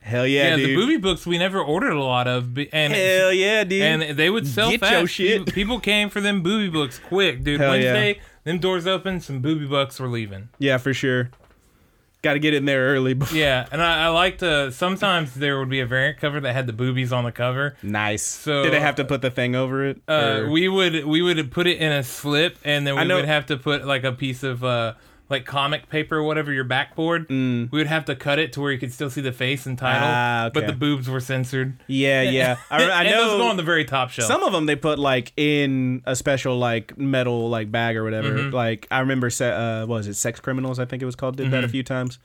Speaker 1: hell yeah,
Speaker 2: Yeah,
Speaker 1: dude,
Speaker 2: the booby books we never ordered a lot of, be- and
Speaker 1: hell yeah, dude,
Speaker 2: and they would sell
Speaker 1: Get
Speaker 2: fast.
Speaker 1: your shit.
Speaker 2: People- People came for them booby books quick, dude.
Speaker 1: Hell yeah.
Speaker 2: Wednesday, them doors open, some booby books were leaving.
Speaker 1: Yeah, for sure. Got to get in there early. before-
Speaker 2: Yeah, and I, I like to. Sometimes there would be a variant cover that had the boobies on the cover.
Speaker 1: Nice.
Speaker 2: So-
Speaker 1: did they have to put the thing over it?
Speaker 2: Uh,
Speaker 1: Or-
Speaker 2: we would we would put it in a slip, and then we
Speaker 1: know-
Speaker 2: would have to put like a piece of uh, like comic paper, whatever your backboard. Mm. We would have to cut it to where you could still see the face and title,
Speaker 1: Ah,
Speaker 2: but
Speaker 1: okay.
Speaker 2: the boobs were censored.
Speaker 1: yeah, yeah. I, I
Speaker 2: and those go on
Speaker 1: know.
Speaker 2: the very top shelf.
Speaker 1: Some of them they put like in a special like metal like bag or whatever.
Speaker 2: Mm-hmm.
Speaker 1: Like I remember, se- uh, what was it Sex Criminals? I think it was called. Did that a few times.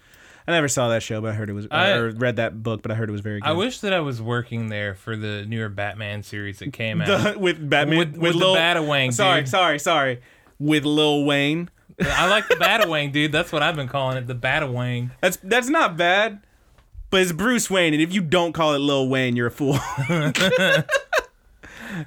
Speaker 1: I never saw that show, but I heard it was.
Speaker 2: Mm-hmm. I-
Speaker 1: or read that book, but I heard it was very good.
Speaker 2: I wish that I was working there for the newer Batman series that came out.
Speaker 1: The- with Batman
Speaker 2: With- with the
Speaker 1: Lil,
Speaker 2: Batawang,
Speaker 1: Sorry,
Speaker 2: dude.
Speaker 1: sorry, sorry. With Lil Wayne.
Speaker 2: I like the Batawang, dude. That's what I've been calling it, the Batawang.
Speaker 1: That's that's not bad, but it's Bruce Wayne, and if you don't call it Lil Wayne, you're a fool.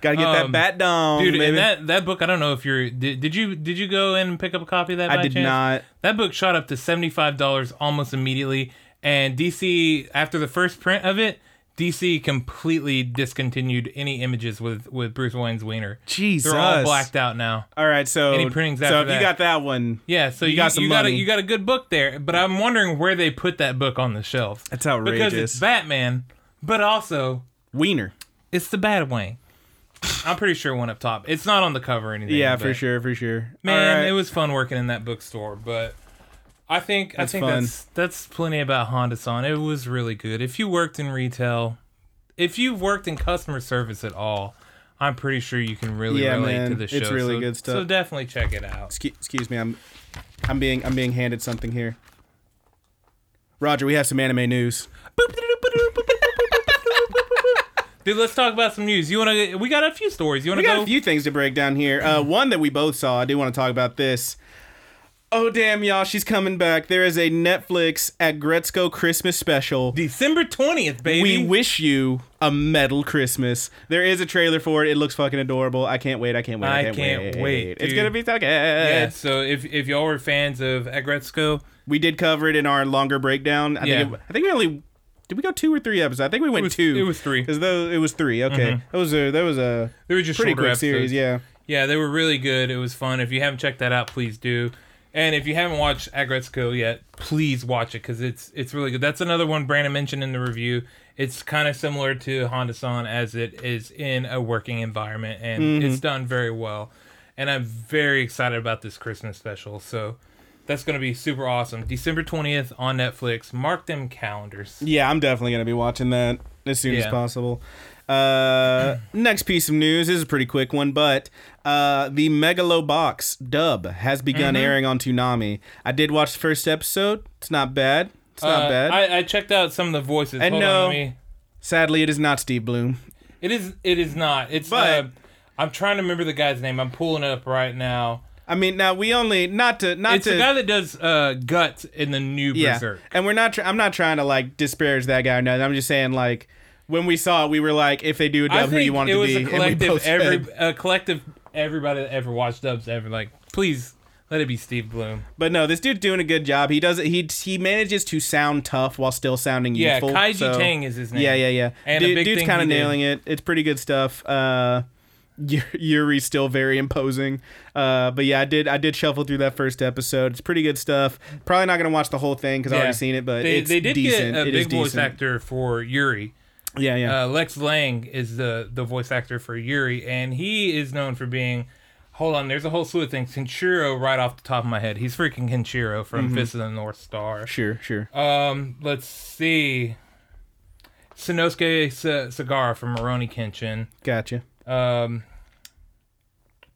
Speaker 1: Gotta get that
Speaker 2: Um,
Speaker 1: bat down,
Speaker 2: Dude,
Speaker 1: baby.
Speaker 2: and that, that book, I don't know if you're did, did you did you go in and pick up a copy of that?
Speaker 1: I
Speaker 2: by
Speaker 1: did
Speaker 2: chance?
Speaker 1: not.
Speaker 2: That book shot up to seventy five dollars almost immediately, and DC after the first print of it, DC completely discontinued any images with with Bruce Wayne's wiener.
Speaker 1: Jesus.
Speaker 2: They're all blacked out now.
Speaker 1: All right, so
Speaker 2: Any printings
Speaker 1: so
Speaker 2: after
Speaker 1: if you
Speaker 2: that.
Speaker 1: got that one,
Speaker 2: Yeah, so you,
Speaker 1: got some
Speaker 2: you got a,
Speaker 1: money.
Speaker 2: you got a good book there, but I'm wondering where they put that book on the shelf.
Speaker 1: that's
Speaker 2: because it's
Speaker 1: outrageous.
Speaker 2: Batman, but also
Speaker 1: Wiener.
Speaker 2: it's the Batwing. I'm pretty sure one up top. It's not on the cover or anything.
Speaker 1: Yeah,
Speaker 2: but-
Speaker 1: for sure, for sure.
Speaker 2: Man,
Speaker 1: All right.
Speaker 2: it was fun working in that bookstore, but I think
Speaker 1: That's
Speaker 2: I think
Speaker 1: fun.
Speaker 2: that's that's plenty about Honda San. It was really good. If you worked in retail, if you've worked in customer service at all, I'm pretty sure you can really
Speaker 1: Yeah,
Speaker 2: relate
Speaker 1: man,
Speaker 2: to the
Speaker 1: it's
Speaker 2: show.
Speaker 1: really
Speaker 2: so,
Speaker 1: good stuff.
Speaker 2: So definitely check it out.
Speaker 1: Excu- excuse me, I'm I'm being I'm being handed something here. Roger, we have some anime news.
Speaker 2: Dude, let's talk about some news. You wanna? We got a few stories. You wanna
Speaker 1: We got
Speaker 2: go?
Speaker 1: a few things to break down here. Uh,
Speaker 2: Mm-hmm.
Speaker 1: one that we both saw. I do want to talk about this. Oh damn, y'all! She's coming back. There is a Netflix at Gretzko Christmas special.
Speaker 2: December twentieth, baby.
Speaker 1: We wish you a metal Christmas. There is a trailer for it. It looks fucking adorable. I can't wait. I can't wait. I
Speaker 2: I
Speaker 1: can't,
Speaker 2: can't
Speaker 1: wait.
Speaker 2: wait,
Speaker 1: It's
Speaker 2: dude.
Speaker 1: gonna be so good.
Speaker 2: yeah, so if if y'all were fans of Agretzko,
Speaker 1: We did cover it in our longer breakdown. I think
Speaker 2: Yeah.
Speaker 1: it, I think we only did we go two or three episodes. I think we went
Speaker 2: was-
Speaker 1: two.
Speaker 2: it was three.
Speaker 1: Because though it was three. Okay, that was a that was a
Speaker 2: they were just
Speaker 1: pretty
Speaker 2: shorter
Speaker 1: quick
Speaker 2: episodes.
Speaker 1: series. Yeah.
Speaker 2: Yeah, they were really good. It was fun. If you haven't checked that out, please do. And if you haven't watched Agretzko yet, please watch it because it's it's really good. That's another one Brandon mentioned in the review. It's kind of similar to Honda San as it is in a working environment, and
Speaker 1: Mm-hmm.
Speaker 2: it's done very well. And I'm very excited about this Christmas special. So that's going to be super awesome. December 20th on Netflix. Mark them calendars.
Speaker 1: Yeah, I'm definitely gonna be watching that as soon as
Speaker 2: Yeah.
Speaker 1: possible. Uh, next piece of news this is a pretty quick one, but uh, the Megalo Box dub has begun
Speaker 2: Mm-hmm.
Speaker 1: airing on Toonami. I did watch the first episode. It's not bad. It's not
Speaker 2: Uh,
Speaker 1: bad.
Speaker 2: I, I checked out some of the voices.
Speaker 1: And
Speaker 2: Hold
Speaker 1: no-
Speaker 2: on, let me-
Speaker 1: Sadly, it is not Steve Bloom.
Speaker 2: It is. It is not. It's.
Speaker 1: But-
Speaker 2: uh, I'm trying to remember the guy's name. I'm pulling it up right now.
Speaker 1: I mean, now we only not to not
Speaker 2: It's
Speaker 1: to
Speaker 2: the guy that does uh, guts in the new
Speaker 1: yeah.
Speaker 2: Berserk.
Speaker 1: And we're not. Tr- I'm not trying to like disparage that guy or nothing. I'm just saying like when we saw it, we were like, if they do a
Speaker 2: I
Speaker 1: dub, who do
Speaker 2: think
Speaker 1: you want it
Speaker 2: it
Speaker 1: to
Speaker 2: was
Speaker 1: be?
Speaker 2: a
Speaker 1: and we
Speaker 2: collective.
Speaker 1: both said-
Speaker 2: Every a collective. Everybody that ever watched Dubs ever like, please let it be Steve Bloom.
Speaker 1: But no, this dude's doing a good job. He does it. He he manages to sound tough while still sounding
Speaker 2: Yeah,
Speaker 1: youthful.
Speaker 2: Kaiji
Speaker 1: so-
Speaker 2: Tang is his name.
Speaker 1: Yeah, yeah, yeah.
Speaker 2: And a
Speaker 1: Dude,
Speaker 2: big
Speaker 1: dude's
Speaker 2: thing
Speaker 1: kind of
Speaker 2: he did.
Speaker 1: nailing it. It's pretty good stuff. Uh, Y- Yuri's still very imposing. Uh, but yeah, I did I did shuffle through that first episode. It's pretty good stuff. Probably not gonna watch the whole thing because I
Speaker 2: Yeah.
Speaker 1: already seen it. But
Speaker 2: They,
Speaker 1: it's
Speaker 2: they did
Speaker 1: decent.
Speaker 2: get a
Speaker 1: It is
Speaker 2: big voice
Speaker 1: decent.
Speaker 2: actor for Yuri.
Speaker 1: Yeah, yeah.
Speaker 2: Uh, Lex Lang is the the voice actor for Yuri, and he is known for being. Hold on, there's a whole slew of things. Kenshiro, right off the top of my head, he's freaking Kenshiro from Fist of the North Star.
Speaker 1: sure, sure.
Speaker 2: Um, let's see. Sinosuke Sa- Sagara from Moroni Kenshin.
Speaker 1: Gotcha.
Speaker 2: Um,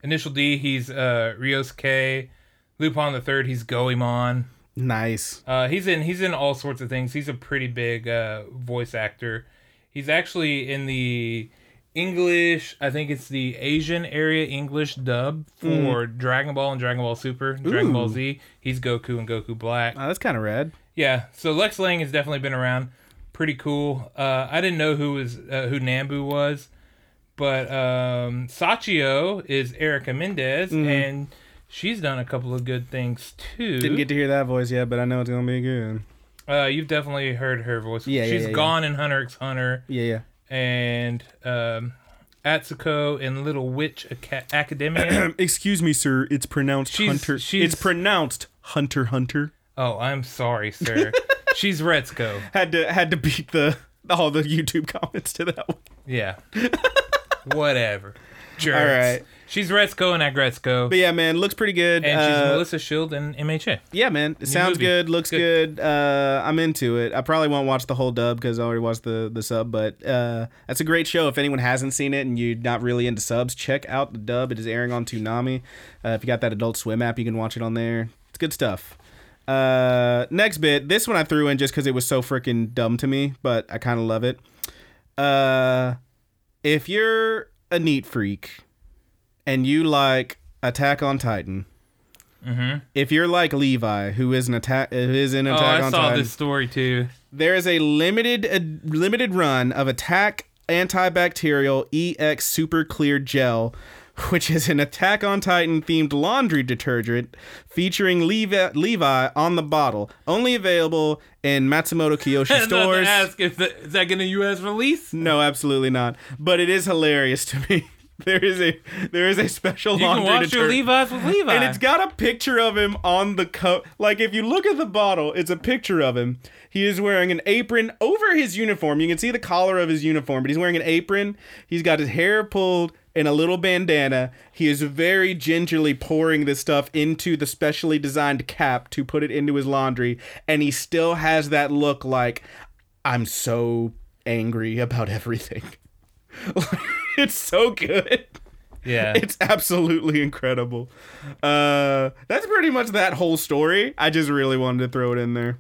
Speaker 2: Initial D, he's uh, Ryosuke. Lupin the Third, he's Goemon.
Speaker 1: Nice.
Speaker 2: Uh, he's in he's in all sorts of things. He's a pretty big uh, voice actor. He's actually in the English, I think it's the Asian area English dub for Dragon Ball and Dragon Ball Super, Dragon Ball
Speaker 1: Mm. Ooh.
Speaker 2: Z. He's Goku and Goku Black.
Speaker 1: Oh, that's kind of rad.
Speaker 2: Yeah, so Lex Lang has definitely been around. Pretty cool. Uh, I didn't know who was uh, who Nambu was, but um, Sachio is Erica Mendez,
Speaker 1: Mm-hmm.
Speaker 2: and she's done a couple of good things too.
Speaker 1: Didn't get to hear that voice yet, but I know it's gonna be good.
Speaker 2: Uh, you've definitely heard her voice.
Speaker 1: Yeah, yeah,
Speaker 2: She's
Speaker 1: yeah, yeah.
Speaker 2: gone in Hunter x Hunter
Speaker 1: Yeah, yeah.
Speaker 2: and um, Atsuko and Little Witch Aca- Academia.
Speaker 1: Excuse me, sir. It's pronounced
Speaker 2: She's-
Speaker 1: Hunter.
Speaker 2: she's-
Speaker 1: It's pronounced Hunter Hunter.
Speaker 2: oh, I'm sorry, sir. She's Retzko.
Speaker 1: Had to had to beat the all the YouTube comments to that one.
Speaker 2: Yeah. Whatever. Jerks.
Speaker 1: All right.
Speaker 2: She's Retzko and Agretzko.
Speaker 1: But yeah, man, looks pretty good.
Speaker 2: and she's
Speaker 1: Uh,
Speaker 2: Melissa Shield and MHA.
Speaker 1: yeah, man, it sounds
Speaker 2: movie.
Speaker 1: good. Looks good. Uh, I'm into it. I probably won't watch the whole dub because I already watched the the sub. But uh, that's a great show. If anyone hasn't seen it and you're not really into subs, check out the dub. It is airing on Toonami. Uh, if you got that Adult Swim app, you can watch it on there. It's good stuff. Uh, next bit. This one I threw in just because it was so freaking dumb to me, but I kind of love it. Uh, if you're a neat freak and you like Attack on Titan, if you're like Levi, who is an attack, who is in
Speaker 2: Mm-hmm. Oh,
Speaker 1: Attack
Speaker 2: I
Speaker 1: on
Speaker 2: saw
Speaker 1: Titan,
Speaker 2: this story too.
Speaker 1: there is a limited a limited run of Attack antibacterial EX Super Clear Gel. Which is an Attack on Titan themed laundry detergent featuring Levi, Levi on the bottle. Only available in Matsumoto Kiyoshi
Speaker 2: Not to
Speaker 1: stores.
Speaker 2: ask if the, is that going to U.S. release?
Speaker 1: No, absolutely not. But it is hilarious to me. There is a there is a special
Speaker 2: You can
Speaker 1: laundry
Speaker 2: wash your
Speaker 1: detergent.
Speaker 2: Levi's with Levi.
Speaker 1: and it's got a picture of him on the coat. Like if you look at the bottle, it's a picture of him. He is wearing an apron over his uniform. You can see the collar of his uniform, but he's wearing an apron. He's got his hair pulled in a little bandana. He is very gingerly pouring this stuff into the specially designed cap to put it into his laundry, and he still has that look like I'm so angry about everything. it's so good.
Speaker 2: Yeah.
Speaker 1: It's absolutely incredible. Uh, that's pretty much that whole story. I just really wanted to throw it in there.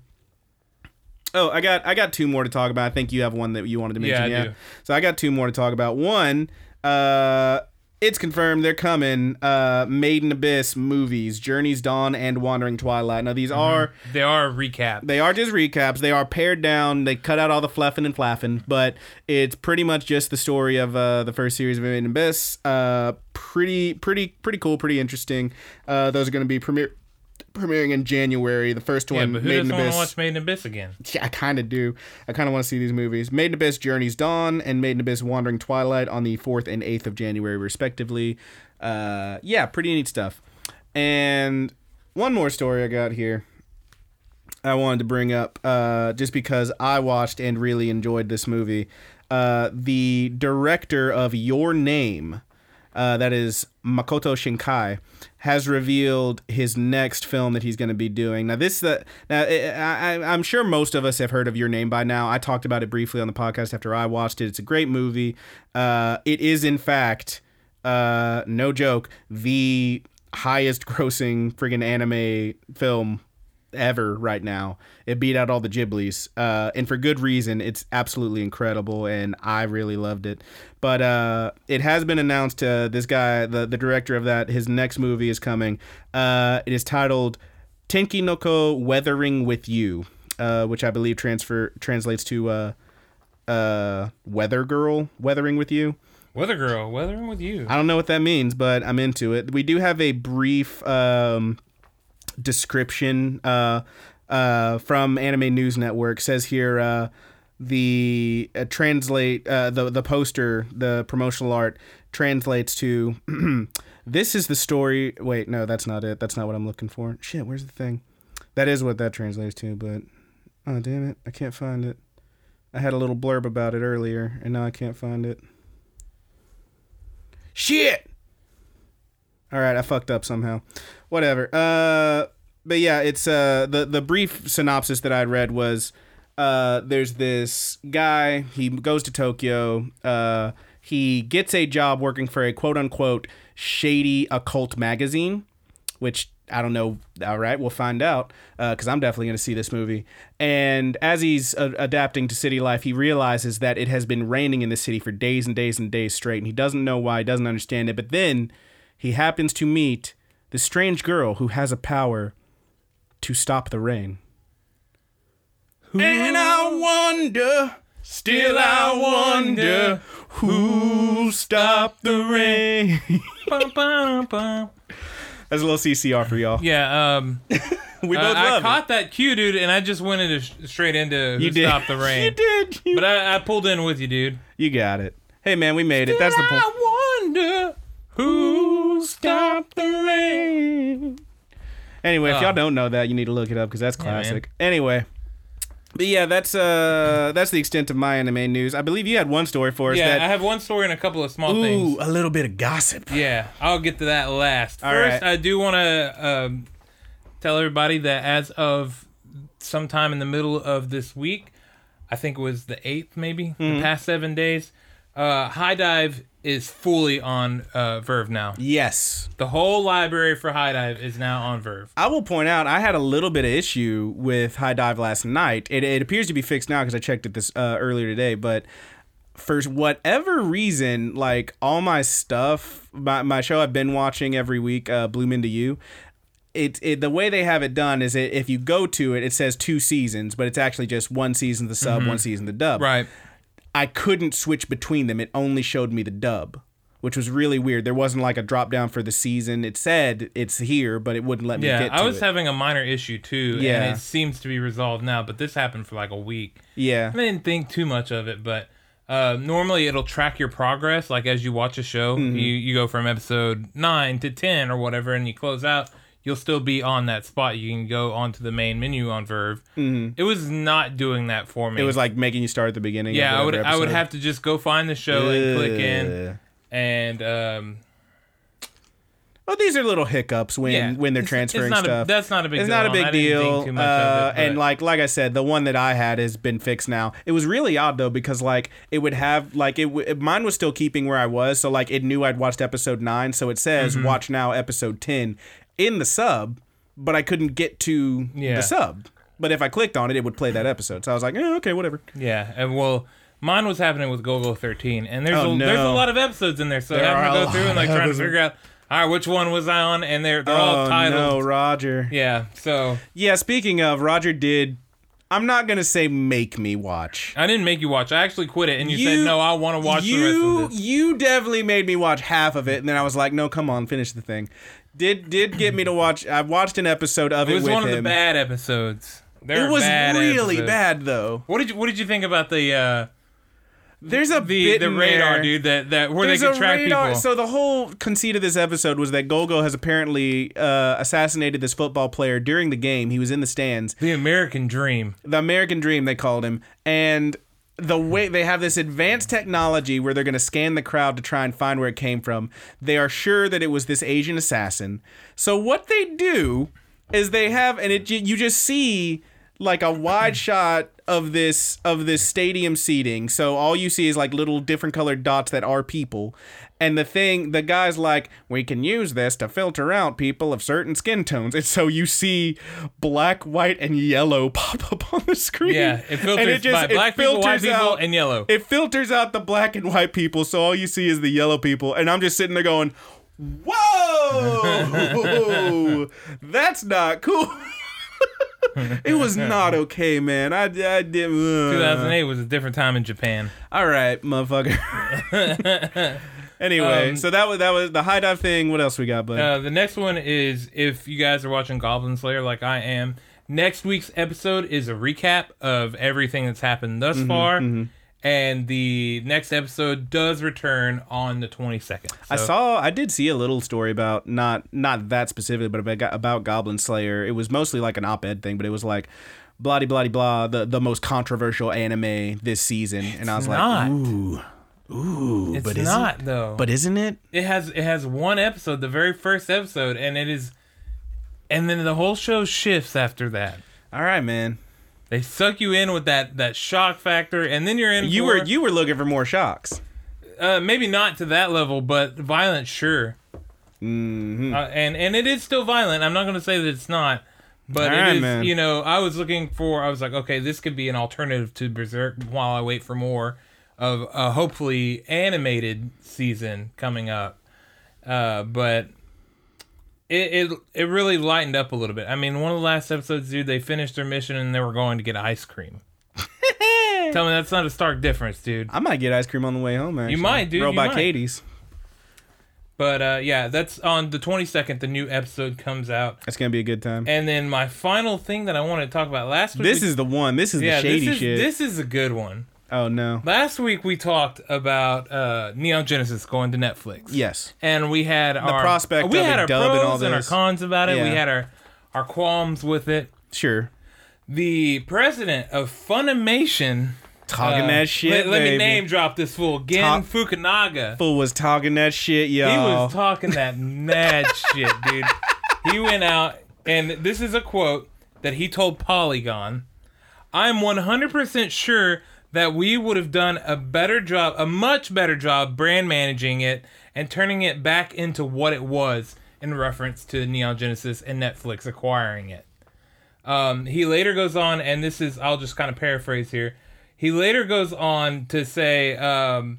Speaker 1: Oh, I got I got two more to talk about. I think you have one that you wanted to
Speaker 2: Yeah,
Speaker 1: mention.
Speaker 2: I
Speaker 1: Yeah,
Speaker 2: do.
Speaker 1: so I got two more to talk about. One, uh, it's confirmed they're coming. Uh, Maiden Abyss movies, Journey's Dawn and Wandering Twilight. Now these
Speaker 2: Mm-hmm.
Speaker 1: are
Speaker 2: They are a recap.
Speaker 1: they are just recaps. They are pared down. They cut out all the fluffing and flapping, but it's pretty much just the story of uh, the first series of Maiden Abyss. Uh, pretty, pretty, pretty cool. Pretty interesting. Uh, those are going to be premiere premiering in January. The first
Speaker 2: Yeah,
Speaker 1: one,
Speaker 2: but who
Speaker 1: Maiden
Speaker 2: doesn't want
Speaker 1: Abyss.
Speaker 2: to watch Maiden Abyss again?
Speaker 1: Yeah, I kind of do. I kind of want to see these movies. Maiden Abyss, Journey's Dawn, and Maiden Abyss, Wandering Twilight on the 4th and 8th of January, respectively. Uh, yeah, pretty neat stuff. And one more story I got here I wanted to bring up uh, just because I watched and really enjoyed this movie. Uh, the director of Your Name, uh, that is Makoto Shinkai, has revealed his next film that he's going to be doing. Now, this uh, now I, I, I'm sure most of us have heard of Your Name by now. I talked about it briefly on the podcast after I watched it. It's a great movie. Uh, it is, in fact, uh, no joke, the highest grossing friggin' anime film ever right now. It beat out all the Ghiblies, uh, and for good reason. It's absolutely incredible, and I really loved it. But uh, it has been announced. Uh, this guy, the the director of that, his next movie is coming. Uh, it is titled Tenki no Ko Weathering with You, uh, which I believe transfer translates to uh, uh, Weather Girl Weathering with You.
Speaker 2: Weather Girl, weathering with you.
Speaker 1: I don't know what that means, but I'm into it. We do have a brief um, description uh, uh, from Anime News Network. Says here uh, the uh, translate uh, the the poster, the promotional art translates to this is the story. Wait, no, that's not it. That's not what I'm looking for. Shit, where's the thing? That is what that translates to, but oh damn it, I can't find it. I had a little blurb about it earlier, and now I can't find it. Shit. All right, I fucked up somehow. Whatever. Uh, but yeah, it's uh the the brief synopsis that I read was uh there's this guy. He goes to Tokyo. Uh, he gets a job working for a quote unquote shady occult magazine, which I don't know. All right, we'll find out because I'm definitely going to see this movie. And as he's uh, adapting to city life, he realizes that it has been raining in the city for days and days and days straight, and he doesn't know why, he doesn't understand it. But then he happens to meet this strange girl who has a power to stop the rain. And I wonder, still I wonder, who stopped the rain.
Speaker 2: Bum, bum, bum.
Speaker 1: That's a little CCR for y'all.
Speaker 2: Yeah, um,
Speaker 1: We both
Speaker 2: I, I
Speaker 1: love it.
Speaker 2: caught that cue, dude, and I just went into sh- straight into
Speaker 1: You
Speaker 2: Who
Speaker 1: did.
Speaker 2: Stopped the
Speaker 1: you
Speaker 2: Rain.
Speaker 1: did. You,
Speaker 2: But I, I pulled in with you, dude.
Speaker 1: you got it. Hey man, we made it. That's the point.
Speaker 2: I wonder who stopped the rain.
Speaker 1: Anyway, if
Speaker 2: Oh.
Speaker 1: y'all don't know that, you need to look it up because that's classic. anyway, but yeah, that's uh that's the extent of my anime news. I believe you had one story for us.
Speaker 2: Yeah, I
Speaker 1: that,
Speaker 2: have one story and a couple of small
Speaker 1: ooh,
Speaker 2: things.
Speaker 1: a little bit of gossip.
Speaker 2: Yeah, I'll get to that last.
Speaker 1: All
Speaker 2: First,
Speaker 1: right.
Speaker 2: I do want to um, tell everybody that as of sometime in the middle of this week, I think it was the 8th, maybe,
Speaker 1: Mm-hmm.
Speaker 2: the past seven days, uh, High Dive is fully on uh, Verve now.
Speaker 1: Yes,
Speaker 2: The whole library for High Dive is now on Verve.
Speaker 1: I will point out I had a little bit of issue with High Dive last night. It, it appears to be fixed now because I checked it this uh, earlier today. But for whatever reason, like all my stuff, my, my show I've been watching every week, uh, Bloom Into You. It, it the way they have it done is it, if you go to it, it says two seasons, but it's actually just one season the sub, one season the dub.
Speaker 2: Mm-hmm. Right.
Speaker 1: I couldn't switch between them. It only showed me the dub, which was really weird. There wasn't like a drop down for the season. It said it's here, but it wouldn't let me
Speaker 2: Yeah,
Speaker 1: get to
Speaker 2: I was
Speaker 1: it.
Speaker 2: having a minor issue too,
Speaker 1: Yeah.
Speaker 2: and it seems to be resolved now, but this happened for like a week.
Speaker 1: yeah.
Speaker 2: I didn't think too much of it, but uh, normally it'll track your progress. Like as you watch a show,
Speaker 1: Mm-hmm.
Speaker 2: you, you go from episode nine to ten or whatever, and you close out. You'll still be on that spot. You can go onto the main menu on Verve.
Speaker 1: Mm-hmm.
Speaker 2: It was not doing that for me.
Speaker 1: It was like making you start at the beginning.
Speaker 2: yeah, I
Speaker 1: of
Speaker 2: would
Speaker 1: whatever
Speaker 2: I would
Speaker 1: episode.
Speaker 2: have to just go find the show and click in,
Speaker 1: Ugh.
Speaker 2: and um,
Speaker 1: Well, these are little hiccups when
Speaker 2: yeah,
Speaker 1: when they're
Speaker 2: it's- it's
Speaker 1: transferring
Speaker 2: not a-
Speaker 1: stuff.
Speaker 2: that's not a big.
Speaker 1: it's
Speaker 2: deal.
Speaker 1: not a
Speaker 2: I
Speaker 1: big
Speaker 2: didn't think
Speaker 1: deal.
Speaker 2: too much
Speaker 1: uh,
Speaker 2: of it,
Speaker 1: and
Speaker 2: but-
Speaker 1: like like I said, the one that I had has been fixed now. It was really odd though because like it would have like it w- mine was still keeping where I was, so like it knew I'd watched episode nine, so it says
Speaker 2: Mm-hmm.
Speaker 1: watch now episode ten in the sub, but I couldn't get to
Speaker 2: Yeah.
Speaker 1: the sub. But if I clicked on it, it would play that episode. So I was like, eh, okay, whatever.
Speaker 2: yeah, and well, mine was happening with GoGo thirteen, and there's
Speaker 1: Oh,
Speaker 2: a, there's a
Speaker 1: no.
Speaker 2: lot of episodes in there, so
Speaker 1: There
Speaker 2: having
Speaker 1: are
Speaker 2: to
Speaker 1: a
Speaker 2: go through
Speaker 1: lot
Speaker 2: and like
Speaker 1: of
Speaker 2: trying to
Speaker 1: them.
Speaker 2: figure out all right which one was I on, and they're they're all
Speaker 1: Oh
Speaker 2: titled.
Speaker 1: no, Roger.
Speaker 2: Yeah, so
Speaker 1: Yeah, speaking of, Roger did. I'm not gonna say make me watch.
Speaker 2: I didn't make you watch. I actually quit it, and you,
Speaker 1: You-
Speaker 2: said no. I want to watch the
Speaker 1: you
Speaker 2: rest of this.
Speaker 1: you definitely made me watch half of it, and then I was like, no, come on, finish the thing. Did did get me to watch? I watched an episode of it,
Speaker 2: It was
Speaker 1: with
Speaker 2: one of
Speaker 1: him.
Speaker 2: the bad episodes. There
Speaker 1: it
Speaker 2: are
Speaker 1: was
Speaker 2: bad
Speaker 1: really
Speaker 2: episodes.
Speaker 1: bad though.
Speaker 2: What did you What did you think about the uh,
Speaker 1: There's a
Speaker 2: the
Speaker 1: bit
Speaker 2: the
Speaker 1: in
Speaker 2: radar,
Speaker 1: there.
Speaker 2: dude? That that where
Speaker 1: There's
Speaker 2: they could
Speaker 1: a
Speaker 2: track
Speaker 1: radar.
Speaker 2: people.
Speaker 1: So the whole conceit of this episode was that Gogo has apparently uh, assassinated this football player during the game. He was in the stands,
Speaker 2: the American Dream.
Speaker 1: the American Dream they called him, and the way they have this advanced technology where they're going to scan the crowd to try and find where it came from. They are sure that it was this Asian assassin. So what they do is they have and it you just see like a wide shot of this of this stadium seating. So all you see is like little different colored dots that are people. And the thing the guy's like, we can use this to filter out people of certain skin tones. And so you see black, white, and yellow pop up on the screen.
Speaker 2: Yeah, it
Speaker 1: And
Speaker 2: filters by black people, white
Speaker 1: filters
Speaker 2: people,
Speaker 1: out-
Speaker 2: and yellow.
Speaker 1: It filters out the black and white people, so all you see is the yellow people. And I'm just sitting there going, "Whoa, that's not cool." it was not okay, man. I, I did. ugh.
Speaker 2: 2008 was a different time in Japan.
Speaker 1: All right, motherfucker. anyway,
Speaker 2: Um,
Speaker 1: so that was that was the high dive thing. What else we got, bud?
Speaker 2: Uh, the next one is if you guys are watching Goblin Slayer like I am, next week's episode is a recap of everything that's happened thus
Speaker 1: Mm-hmm,
Speaker 2: far. And the next episode does return on the 22nd.
Speaker 1: I
Speaker 2: So-
Speaker 1: saw, I did see a little story about not not that specifically, but about, about Goblin Slayer. It was mostly like an op-ed thing, but it was like, blah de blah de blah, the the most controversial anime this season, and I was like,
Speaker 2: not.
Speaker 1: ooh, ooh,
Speaker 2: It's
Speaker 1: but isn't,
Speaker 2: not though.
Speaker 1: but isn't it?
Speaker 2: it has it has one episode, the very first episode, and it is, and then the whole show shifts after that.
Speaker 1: All right, man.
Speaker 2: They suck you in with that that shock factor, and then you're in.
Speaker 1: You
Speaker 2: for-
Speaker 1: were you were looking for more shocks.
Speaker 2: uh, maybe not to that level, but violent, sure. Mm-hmm. Uh, and and it is still violent. I'm not going to say that it's not, but
Speaker 1: All right,
Speaker 2: it is.
Speaker 1: man.
Speaker 2: You know, I was looking for. I was like, okay, this could be an alternative to Berserk while I wait for more of a hopefully animated season coming up. Uh, but it, it it really lightened up a little bit. I mean, one of the last episodes, dude, they finished their mission and they were going to get ice cream. Tell me that's not a stark difference, dude.
Speaker 1: I might get ice cream on the way home. Actually.
Speaker 2: might, dude,
Speaker 1: Roll
Speaker 2: you
Speaker 1: by
Speaker 2: might.
Speaker 1: Katie's.
Speaker 2: But uh, yeah, that's on the 22nd. The new episode comes out,
Speaker 1: That's gonna be a good time.
Speaker 2: and then my final thing that I wanted to talk about last week.
Speaker 1: This
Speaker 2: we-
Speaker 1: is the one. This is
Speaker 2: yeah,
Speaker 1: the shady
Speaker 2: this is,
Speaker 1: shit.
Speaker 2: This is a good one.
Speaker 1: oh no.
Speaker 2: Last week we talked about uh, Neon Genesis going to Netflix.
Speaker 1: Yes.
Speaker 2: and we had our
Speaker 1: prospect
Speaker 2: We
Speaker 1: of
Speaker 2: had
Speaker 1: a
Speaker 2: our
Speaker 1: dub and
Speaker 2: pros
Speaker 1: all
Speaker 2: our
Speaker 1: this.
Speaker 2: cons about it. We
Speaker 1: Yeah.
Speaker 2: had our our qualms with it.
Speaker 1: Sure.
Speaker 2: The president of Funimation.
Speaker 1: Talking
Speaker 2: uh,
Speaker 1: that shit.
Speaker 2: Let, let me
Speaker 1: baby.
Speaker 2: name drop this fool, Gen
Speaker 1: Top-
Speaker 2: Fukunaga.
Speaker 1: Fool was talking that shit, y'all.
Speaker 2: He was talking that mad shit, dude. He went out, and this is a quote that he told Polygon I'm 100% sure that we would have done a better job, a much better job brand managing it and turning it back into what it was in reference to Neon Genesis and Netflix acquiring it. Um, he later goes on, and this is, I'll just kind of paraphrase here. He later goes on to say, um,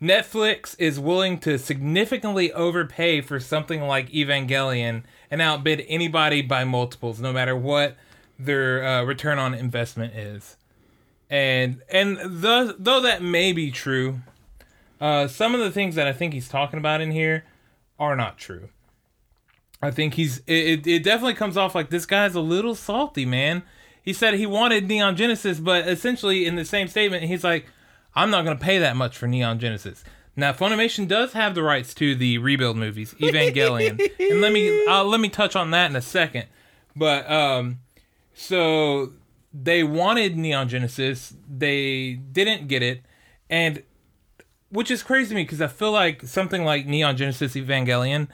Speaker 2: Netflix is willing to significantly overpay for something like Evangelion and outbid anybody by multiples, no matter what their uh, return on investment is. And and thus, though that may be true, uh, some of the things that I think he's talking about in here are not true. I think he's it, it, it definitely comes off like this guy's a little salty, man. He said he wanted Neon Genesis, but essentially in the same statement, he's like, I'm not gonna pay that much for Neon Genesis. Now Funimation does have the rights to the rebuild movies, Evangelion. and let me uh, let me touch on that in a second. But um so they wanted Neon Genesis, they didn't get it, and which is crazy to me because I feel like something like Neon Genesis Evangelion,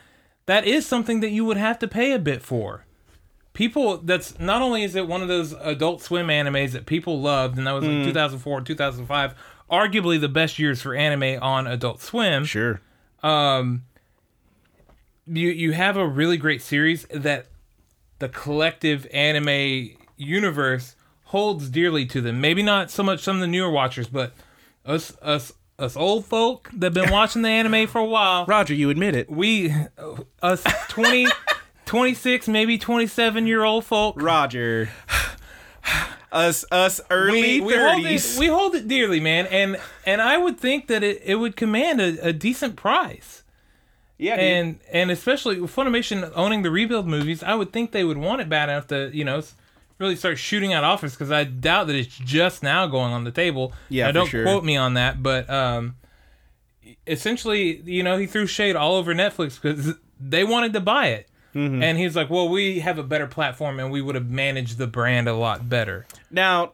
Speaker 2: that is something that you would have to pay a bit for. People, that's not only is it one of those Adult Swim animes that people loved, and that was like 2004, 2005, arguably the best years for anime on Adult Swim.
Speaker 1: Sure.
Speaker 2: You you have a really great series that the collective anime universe holds dearly to them. Maybe not so much some of the newer watchers, but us us us old folk that've been watching the anime for a while
Speaker 1: Roger, you admit it.
Speaker 2: we us 20 26 maybe 27 year old folk
Speaker 1: Roger. us us early
Speaker 2: we, we hold it,
Speaker 1: 30s.
Speaker 2: we hold it dearly man and and i would think that it, it would command a, a decent price
Speaker 1: yeah, dude.
Speaker 2: and and especially with funimation owning the rebuild movies i would think they would want it bad enough to you know s- really start shooting out offers because i doubt that it's just now going on the table
Speaker 1: Yeah,
Speaker 2: now,
Speaker 1: for
Speaker 2: don't
Speaker 1: sure.
Speaker 2: quote me on that but um essentially you know he threw shade all over netflix because they wanted to buy it
Speaker 1: Mm-hmm.
Speaker 2: and he's like well we have a better platform and we would have managed the brand a lot better
Speaker 1: Now,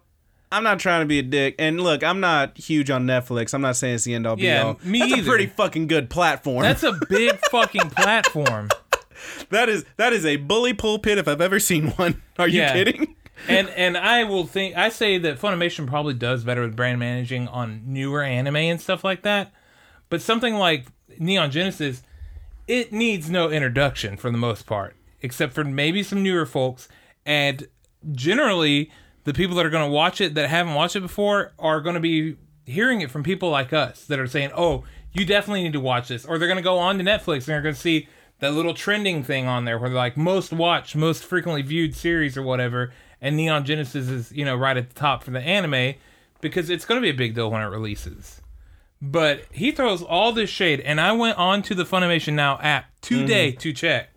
Speaker 1: I'm not trying to be a dick, and look, I'm not huge on Netflix. I'm not saying it's the end all be
Speaker 2: Yeah,
Speaker 1: all.
Speaker 2: me
Speaker 1: That's a
Speaker 2: either.
Speaker 1: pretty fucking good platform.
Speaker 2: that's a big fucking platform
Speaker 1: that is that is a bully pulpit if I've ever seen one. Are you
Speaker 2: Yeah.
Speaker 1: kidding?
Speaker 2: and and I will think I say that Funimation probably does better with brand managing on newer anime and stuff like that. But something like Neon Genesis, it needs no introduction for the most part, except for maybe some newer folks. And generally, the people that are going to watch it that haven't watched it before are going to be hearing it from people like us that are saying, "Oh, you definitely need to watch this," or they're going to go on to Netflix and they're going to see that little trending thing on there where they're like most watched, most frequently viewed series or whatever, and Neon Genesis is you know right at the top for the anime because it's going to be a big deal when it releases. But he throws all this shade, and I went on to the Funimation Now app today
Speaker 1: Mm-hmm.
Speaker 2: to check,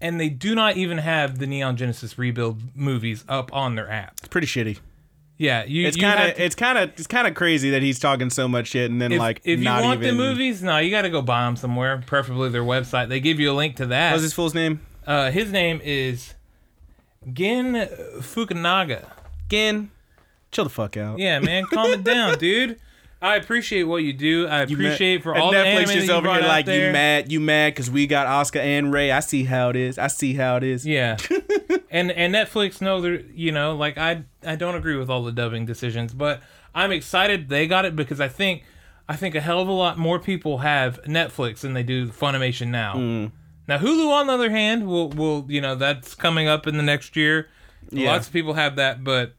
Speaker 2: and they do not even have the Neon Genesis Rebuild movies up on their app.
Speaker 1: It's pretty shitty.
Speaker 2: Yeah, you.
Speaker 1: It's
Speaker 2: you
Speaker 1: kind
Speaker 2: have
Speaker 1: of
Speaker 2: to-
Speaker 1: it's kind of it's kind of crazy that he's talking so much shit and then
Speaker 2: if,
Speaker 1: like
Speaker 2: if you
Speaker 1: not
Speaker 2: want
Speaker 1: even.
Speaker 2: the movies, no, you got to go buy them somewhere, preferably their website. They give you a link to that.
Speaker 1: What's his fool's name?
Speaker 2: uh, his name is Gen Fukunaga.
Speaker 1: Again, chill the fuck out.
Speaker 2: Yeah, man, calm it down, dude. I appreciate what you do. I appreciate for
Speaker 1: And
Speaker 2: all the
Speaker 1: Netflix
Speaker 2: anime
Speaker 1: is
Speaker 2: that you
Speaker 1: over
Speaker 2: brought
Speaker 1: here
Speaker 2: out
Speaker 1: like
Speaker 2: there.
Speaker 1: you mad, you mad because we got Oscar and Ray. I see how it is. I see how it is.
Speaker 2: Yeah, and and Netflix know they're you know like I I don't agree with all the dubbing decisions, but I'm excited they got it because I think I think a hell of a lot more people have Netflix than they do Funimation now.
Speaker 1: Mm.
Speaker 2: Now Hulu, on the other hand, will will you know that's coming up in the next year.
Speaker 1: Yeah.
Speaker 2: Lots of people have that, but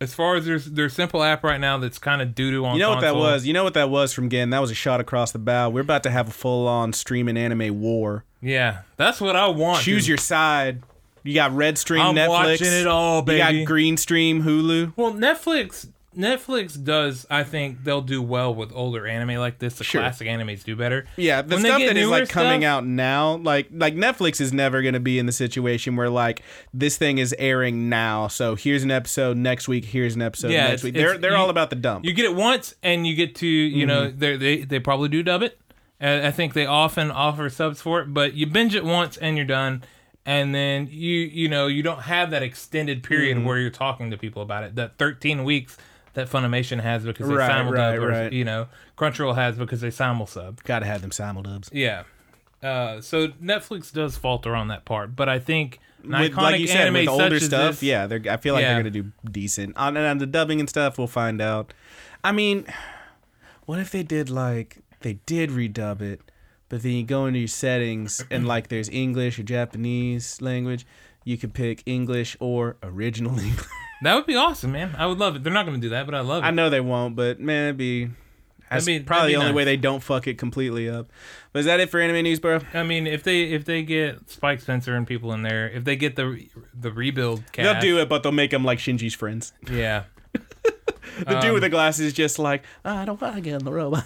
Speaker 2: as far as there's their simple app right now that's kind of doo doo on.
Speaker 1: You know what that
Speaker 2: console.
Speaker 1: was? You know what that was from Gen? That was a shot across the bow. We're about to have a full on streaming anime war.
Speaker 2: Yeah, that's what I want.
Speaker 1: Choose
Speaker 2: dude.
Speaker 1: your side. You got red stream
Speaker 2: I'm
Speaker 1: Netflix.
Speaker 2: watching it all, baby.
Speaker 1: You got green stream Hulu.
Speaker 2: Well, Netflix Netflix does. I think they'll do well with older anime like this. The
Speaker 1: Sure.
Speaker 2: classic animes do better.
Speaker 1: Yeah, the
Speaker 2: When they
Speaker 1: stuff
Speaker 2: get
Speaker 1: that is
Speaker 2: newer
Speaker 1: like coming
Speaker 2: stuff-
Speaker 1: out now, like like Netflix is never going to be in the situation where like this thing is airing now. So here's an episode next week. Here's an episode
Speaker 2: Yeah,
Speaker 1: next
Speaker 2: it's-
Speaker 1: week.
Speaker 2: it's-
Speaker 1: They're they're
Speaker 2: you-
Speaker 1: all about the dump.
Speaker 2: You get it once, and you get to you know
Speaker 1: Mm-hmm.
Speaker 2: they they they probably do dub it. Uh, I think they often offer subs for it, but you binge it once and you're done. And then you you know you don't have that extended period
Speaker 1: Mm-hmm.
Speaker 2: where you're talking to people about it. That 13 weeks that Funimation has because they
Speaker 1: Right,
Speaker 2: simul
Speaker 1: right,
Speaker 2: dub, or
Speaker 1: right.
Speaker 2: you know Crunchyroll has because they simul sub.
Speaker 1: Gotta have them simul dubs.
Speaker 2: Yeah. Uh, so Netflix does falter on that part, but I think an
Speaker 1: With,
Speaker 2: iconic
Speaker 1: like you said,
Speaker 2: anime
Speaker 1: with
Speaker 2: such
Speaker 1: older
Speaker 2: as
Speaker 1: stuff,
Speaker 2: this-
Speaker 1: yeah, they're, I feel like
Speaker 2: Yeah.
Speaker 1: they're gonna do decent. On and on the dubbing and stuff, we'll find out. I mean, what if they did like they did redub it, but then you go into your settings and like there's English or Japanese language, you could pick English or original English.
Speaker 2: that would be awesome, man. I would love it. They're not going to do that, but I love it.
Speaker 1: I know they won't, but man, it'd be. That's
Speaker 2: That'd be- that'd
Speaker 1: probably
Speaker 2: be
Speaker 1: the only
Speaker 2: nice.
Speaker 1: way they don't fuck it completely up. But is that it for anime news, bro?
Speaker 2: I mean, if they if they get Spike Spencer and people in there, if they get the the rebuild
Speaker 1: They'll
Speaker 2: cast,
Speaker 1: do it, but they'll make them like Shinji's friends.
Speaker 2: Yeah,
Speaker 1: The dude with
Speaker 2: Um,
Speaker 1: the glasses is just like, "Oh, I don't want to get in the robot.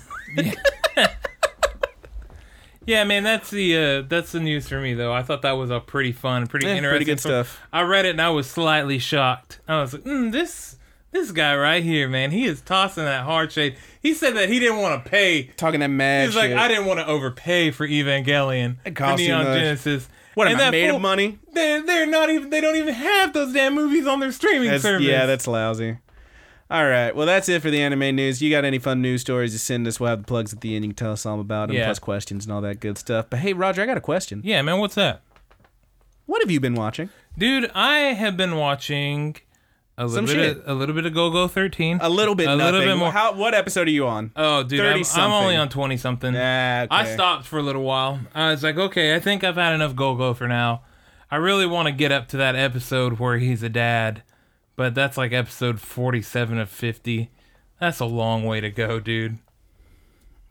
Speaker 2: yeah, man. That's the uh, that's the news for me though. I thought that was a pretty fun, pretty
Speaker 1: Yeah, pretty
Speaker 2: interesting
Speaker 1: good
Speaker 2: story.
Speaker 1: stuff.
Speaker 2: I read it and I was slightly shocked. I was like, mm, this this guy right here, man, he is tossing that hard shade. He said that he didn't want to pay
Speaker 1: Talking that mad
Speaker 2: He's
Speaker 1: shit.
Speaker 2: like, I didn't want to overpay for Evangelion. It
Speaker 1: cost too
Speaker 2: Neon
Speaker 1: much.
Speaker 2: Genesis.
Speaker 1: What
Speaker 2: And
Speaker 1: am I
Speaker 2: that
Speaker 1: made
Speaker 2: fool-
Speaker 1: of money?
Speaker 2: They're, they're not even. They don't even have those damn movies on their streaming
Speaker 1: That's,
Speaker 2: service.
Speaker 1: yeah, that's lousy. All right. Well, that's it for the anime news. You got any fun news stories to send us? We'll have the plugs at the end. You can tell us all about them,
Speaker 2: Yeah.
Speaker 1: plus questions and all that good stuff. But hey, Roger, I got a question.
Speaker 2: Yeah, man, what's up?
Speaker 1: What have you been watching?
Speaker 2: Dude, I have been watching a little
Speaker 1: Some
Speaker 2: bit
Speaker 1: shit.
Speaker 2: Of, a little bit of Go Go 13.
Speaker 1: A little bit.
Speaker 2: A
Speaker 1: nothing.
Speaker 2: little bit more.
Speaker 1: How, what episode are you on?
Speaker 2: oh, dude, I'm,
Speaker 1: 30
Speaker 2: I'm only
Speaker 1: something.
Speaker 2: on 20 something.
Speaker 1: Ah, okay.
Speaker 2: I stopped for a little while. I was like, okay, I think I've had enough Go Go for now. I really want to get up to that episode where he's a dad, but that's like episode 47 of 50. That's a long way to go, dude.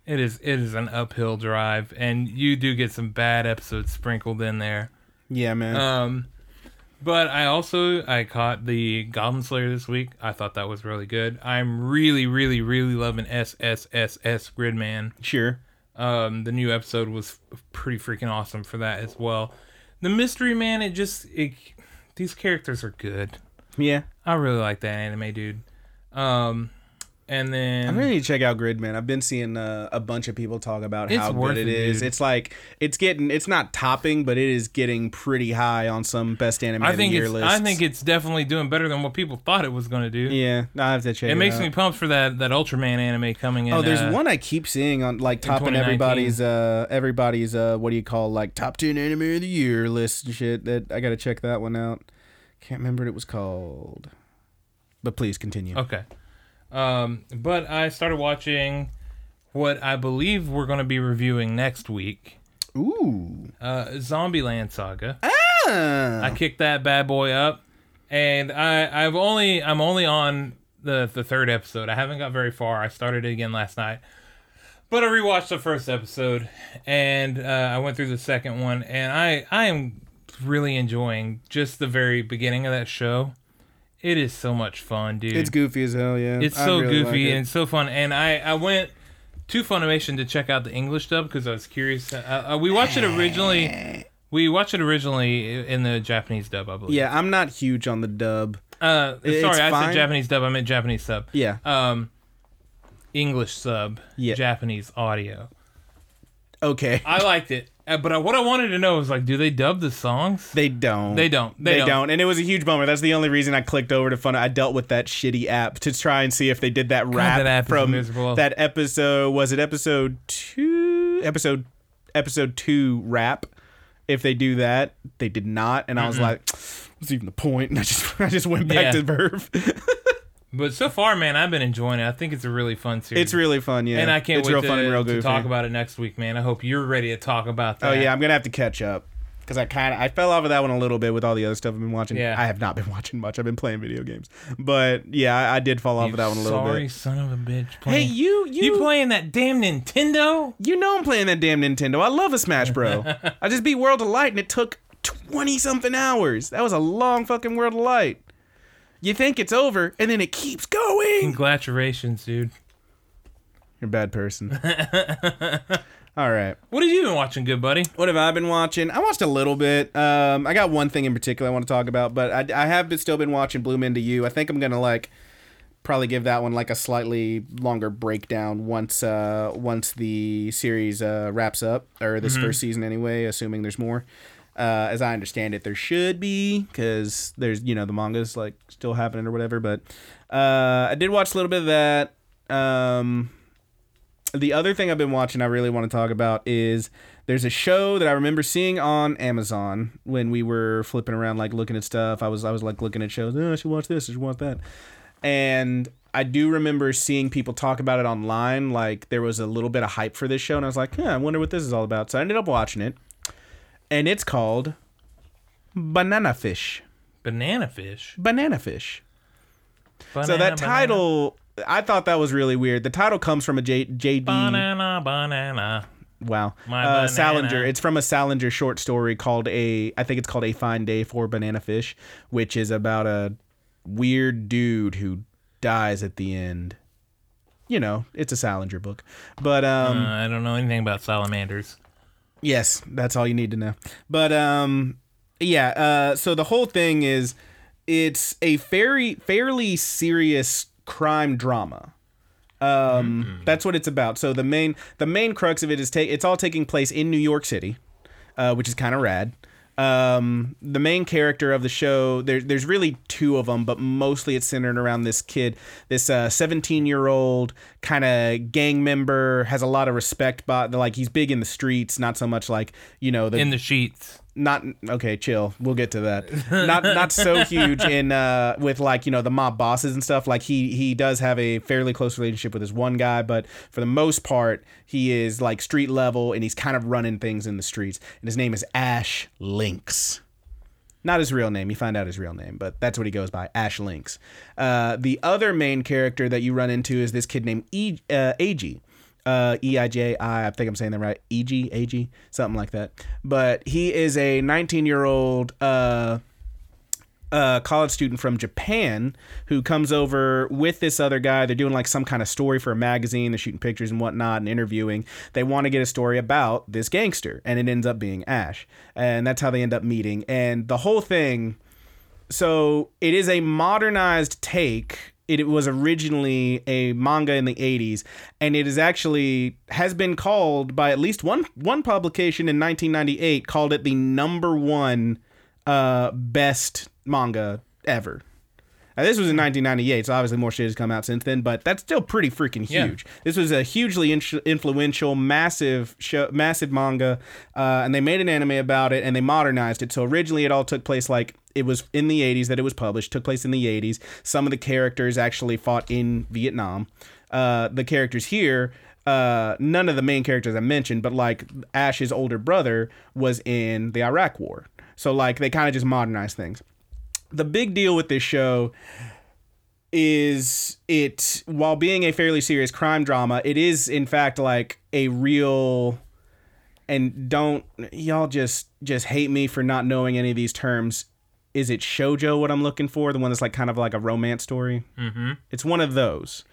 Speaker 2: It is it is an uphill drive and you do get some bad episodes sprinkled in there.
Speaker 1: Yeah, man.
Speaker 2: Um, but I also I caught the Goblin Slayer this week. I thought that was really good. I'm really, really, really loving SSSS Gridman.
Speaker 1: sure.
Speaker 2: Um, the new episode was pretty freaking awesome for that as well. The Mystery Man, it just it, these characters are good.
Speaker 1: Yeah.
Speaker 2: I really like that anime, dude. Um, and then
Speaker 1: I really need to check out Gridman. I've been seeing uh, a bunch of people talk about
Speaker 2: It's
Speaker 1: how
Speaker 2: worth
Speaker 1: good it
Speaker 2: it,
Speaker 1: is.
Speaker 2: dude.
Speaker 1: It's like it's getting it's not topping, but it is getting pretty high on some best anime
Speaker 2: I
Speaker 1: of the
Speaker 2: think
Speaker 1: year
Speaker 2: it's
Speaker 1: lists.
Speaker 2: I think it's definitely doing better than what people thought it was gonna do.
Speaker 1: yeah. I have to check.
Speaker 2: It makes
Speaker 1: out.
Speaker 2: me pumped for that that Ultraman anime coming in.
Speaker 1: Oh, there's
Speaker 2: uh,
Speaker 1: one I keep seeing on like topping
Speaker 2: 2019.
Speaker 1: everybody's uh everybody's uh what do you call like top ten anime of the year list and shit. That I gotta check that one out. Can't remember what it was called. But please continue.
Speaker 2: Okay. Um, but I started watching what I believe we're going to be reviewing next week
Speaker 1: Ooh.
Speaker 2: uh, Zombieland Saga.
Speaker 1: Ah.
Speaker 2: I kicked that bad boy up, and I, I've only I'm only on the, the third episode. I haven't got very far. I started it again last night. But I rewatched the first episode, and uh, I went through the second one, and I, I am really enjoying just the very beginning of that show. It is so much fun, dude.
Speaker 1: It's goofy as hell, yeah.
Speaker 2: It's
Speaker 1: I
Speaker 2: so
Speaker 1: really like
Speaker 2: goofy
Speaker 1: it.
Speaker 2: and it's so fun. And I, I went to Funimation to check out the English dub because I was curious. Uh, uh, we watched it originally. We watched it originally in the Japanese dub, I believe.
Speaker 1: yeah, I'm not huge on the dub.
Speaker 2: Uh,
Speaker 1: It's
Speaker 2: sorry, I
Speaker 1: fine.
Speaker 2: said Japanese dub. I meant Japanese sub.
Speaker 1: Yeah.
Speaker 2: Um, English sub.
Speaker 1: Yeah.
Speaker 2: Japanese audio.
Speaker 1: Okay.
Speaker 2: I liked it, uh, but I, what I wanted to know was like, do they dub the songs?
Speaker 1: They don't.
Speaker 2: They don't. They don't.
Speaker 1: And it was a huge bummer. That's the only reason I clicked over to Fun. I dealt with that shitty app to try and see if they did that rap
Speaker 2: that app is
Speaker 1: from
Speaker 2: miserable.
Speaker 1: that episode. Was it episode two? Episode episode two rap. If they do that, they did not, and I was like, "What's even the point?" And I just I just went back
Speaker 2: Yeah.
Speaker 1: to Verve.
Speaker 2: But so far, man, I've been enjoying it. I think it's a really fun series.
Speaker 1: it's really fun, yeah.
Speaker 2: and I can't
Speaker 1: it's
Speaker 2: wait
Speaker 1: real
Speaker 2: to,
Speaker 1: fun and real
Speaker 2: to
Speaker 1: goofy.
Speaker 2: talk about it next week, man. I hope you're ready to talk about that.
Speaker 1: oh yeah, I'm gonna have to catch up because I kind of I fell off of that one a little bit with all the other stuff I've been watching.
Speaker 2: Yeah.
Speaker 1: I have not been watching much. I've been playing video games, but yeah, I, I did fall off of that one a little
Speaker 2: sorry,
Speaker 1: bit.
Speaker 2: son of a bitch.
Speaker 1: Hey,
Speaker 2: Playing.
Speaker 1: you you
Speaker 2: you playing that damn Nintendo?
Speaker 1: You know I'm playing that damn Nintendo. I love a Smash Bro. I just beat World of Light and it took 20 something hours. That was a long fucking World of Light. You think it's over and then it keeps going.
Speaker 2: Congratulations, dude.
Speaker 1: You're a bad person. All right.
Speaker 2: What have you been watching, good buddy?
Speaker 1: What have I been watching? I watched a little bit. Um, I got one thing in particular I want to talk about, but I, I have been, still been watching Bloom Into You. I think I'm gonna like probably give that one like a slightly longer breakdown once uh, once the series uh, wraps up or this first season anyway. Assuming there's more, uh, as I understand it, there should be because there's you know the manga's like still happening or whatever. But uh, I did watch a little bit of that. Um, the other thing I've been watching I really want to talk about is there's a show that I remember seeing on Amazon when we were flipping around like looking at stuff. I was I was like looking at shows, oh, I should watch this, I should watch that. And I do remember seeing people talk about it online. Like there was a little bit of hype for this show, and I was like, huh, I wonder what this is all about. So I ended up watching it. And it's called Banana Fish.
Speaker 2: Banana fish.
Speaker 1: Banana Fish
Speaker 2: Banana,
Speaker 1: so that
Speaker 2: banana.
Speaker 1: title i thought that was really weird the title comes from a J- jd
Speaker 2: Banana, banana.
Speaker 1: wow uh,
Speaker 2: My banana.
Speaker 1: salinger it's from a salinger short story called a i think it's called a fine day for banana fish which is about a weird dude who dies at the end you know it's a salinger book but um
Speaker 2: Uh, I don't know anything about salamanders.
Speaker 1: Yes, that's all you need to know. But um yeah, uh so the whole thing is it's a very fairly serious crime drama. Um that's what it's about. So the main the main crux of it is take it's all taking place in New York City, uh which is kind of rad. um, the main character of the show there, there's really two of them but mostly it's centered around this kid this uh, 17 year old kind of gang member has a lot of respect but like he's big in the streets not so much like you know the
Speaker 2: in the sheets.
Speaker 1: not okay chill we'll get to that not not so huge in uh with like you know the mob bosses and stuff like he he does have a fairly close relationship with this one guy but for the most part he is like street level and he's kind of running things in the streets and his name is ash lynx not his real name. You find out his real name, but that's what he goes by, Ash Lynx. Uh, the other main character that you run into is this kid named e- uh, AG. Uh, E-I-J-I, I think I'm saying that right. E E-G, A-G, something like that. But he is a 19-year-old uh, a college student from Japan who comes over with this other guy. They're doing like some kind of story for a magazine. They're shooting pictures and whatnot and interviewing. They want to get a story about this gangster, and it ends up being Ash. And that's how they end up meeting. And the whole thing so it is a modernized take. It was originally a manga in the 80s, and it is actually has been called by at least one one publication in 1998 called it the number one uh, best manga ever. Now, this was in 1998, so obviously more shit has come out since then, but that's still pretty freaking huge.
Speaker 2: Yeah.
Speaker 1: This was a hugely in- influential, massive show, massive manga, uh, and they made an anime about it and they modernized it. So originally, it all took place like it was in the 80s that it was published. Took place in the 80s. Some of the characters actually fought in Vietnam. Uh, the characters here. Uh, none of the main characters I mentioned, but like Ash's older brother was in the Iraq War. So, like, they kind of just modernized things the big deal with this show is it while being a fairly serious crime drama it is in fact like a real and don't y'all just just hate me for not knowing any of these terms is it shojo what i'm looking for the one that's like kind of like a romance story mm-hmm. it's one of those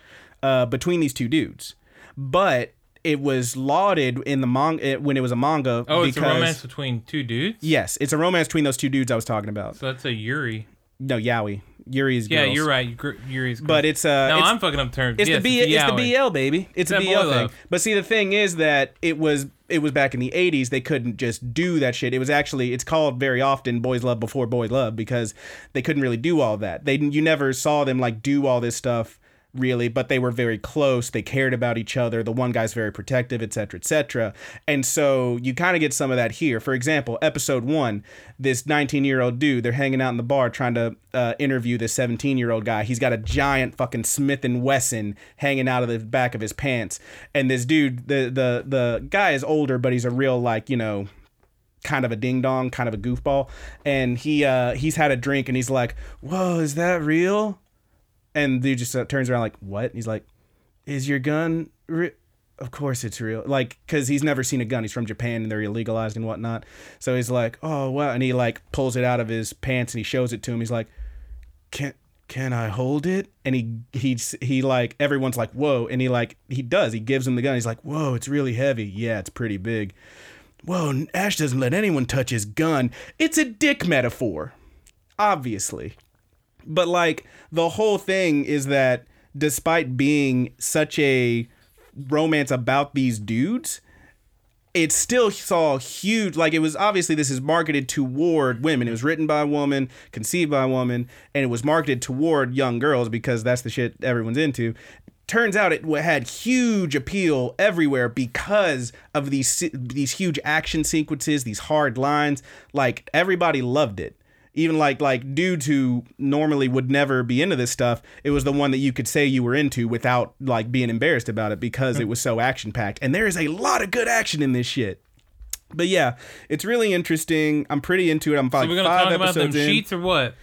Speaker 1: uh, between these two dudes but it was lauded in the manga when it was a manga
Speaker 2: Oh, it's a romance between two dudes.
Speaker 1: yes it's a romance between those two dudes i was talking about
Speaker 2: So that's a Yuri.
Speaker 1: no yaoi yuri's
Speaker 2: Yeah,
Speaker 1: girls.
Speaker 2: you're right. Gr- Yuri's. Girl.
Speaker 1: But it's uh
Speaker 2: no,
Speaker 1: it's,
Speaker 2: I'm fucking up terms.
Speaker 1: it's
Speaker 2: Yes,
Speaker 1: the B it's the
Speaker 2: Yaoi.
Speaker 1: BL baby. It's a
Speaker 2: that
Speaker 1: BL
Speaker 2: boy
Speaker 1: thing.
Speaker 2: love.
Speaker 1: But see the thing is that it was it was back in the 80s they couldn't just do that shit. It was actually it's called very often boys love before boys love because they couldn't really do all that. They you never saw them like do all this stuff really but they were very close they cared about each other the one guy's very protective etc etc and so you kind of get some of that here for example episode one this 19 year old dude they're hanging out in the bar trying to uh, interview this 17 year old guy he's got a giant fucking smith and wesson hanging out of the back of his pants and this dude the the the guy is older but he's a real like you know kind of a ding dong, kind of a goofball, and he uh, he's had a drink and he's like, "Whoa, is that real?" And dude just uh, turns around like, "What?" And he's like, "Is your gun?" Re-? Of course it's real, like because he's never seen a gun. He's from Japan and they're illegalized and whatnot. So he's like, "Oh wow," and he like pulls it out of his pants and he shows it to him. He's like, "Can." Can I hold it? And he he he like everyone's like whoa, and he like he does. He gives him the gun. He's like whoa, it's really heavy. Yeah, it's pretty big. Whoa, Ash doesn't let anyone touch his gun. It's a dick metaphor, obviously. But like the whole thing is that despite being such a romance about these dudes, it still saw huge like it was obviously this is marketed toward women. It was written by a woman, conceived by a woman, and it was marketed toward young girls because that's the shit everyone's into. Turns out it w- had huge appeal everywhere because of these se- these huge action sequences, these hard lines. Like everybody loved it even like like dudes who normally would never be into this stuff it was the one that you could say you were into without like being embarrassed about it because it was so action packed and there is a lot of good action in this shit but yeah it's really interesting i'm pretty into it i'm
Speaker 2: We're
Speaker 1: probably
Speaker 2: gonna
Speaker 1: five
Speaker 2: talk about them
Speaker 1: episodes in
Speaker 2: sheets or what?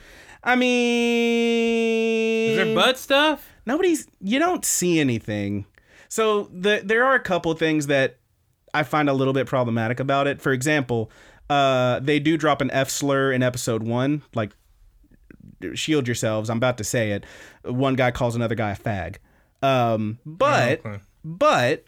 Speaker 1: i mean
Speaker 2: Is there butt stuff?
Speaker 1: nobody's you don't see anything so the, there are a couple things that i find a little bit problematic about it for example uh, they do drop an f slur in episode one like shield yourselves i'm about to say it one guy calls another guy a fag um, but
Speaker 2: Oh, okay.
Speaker 1: but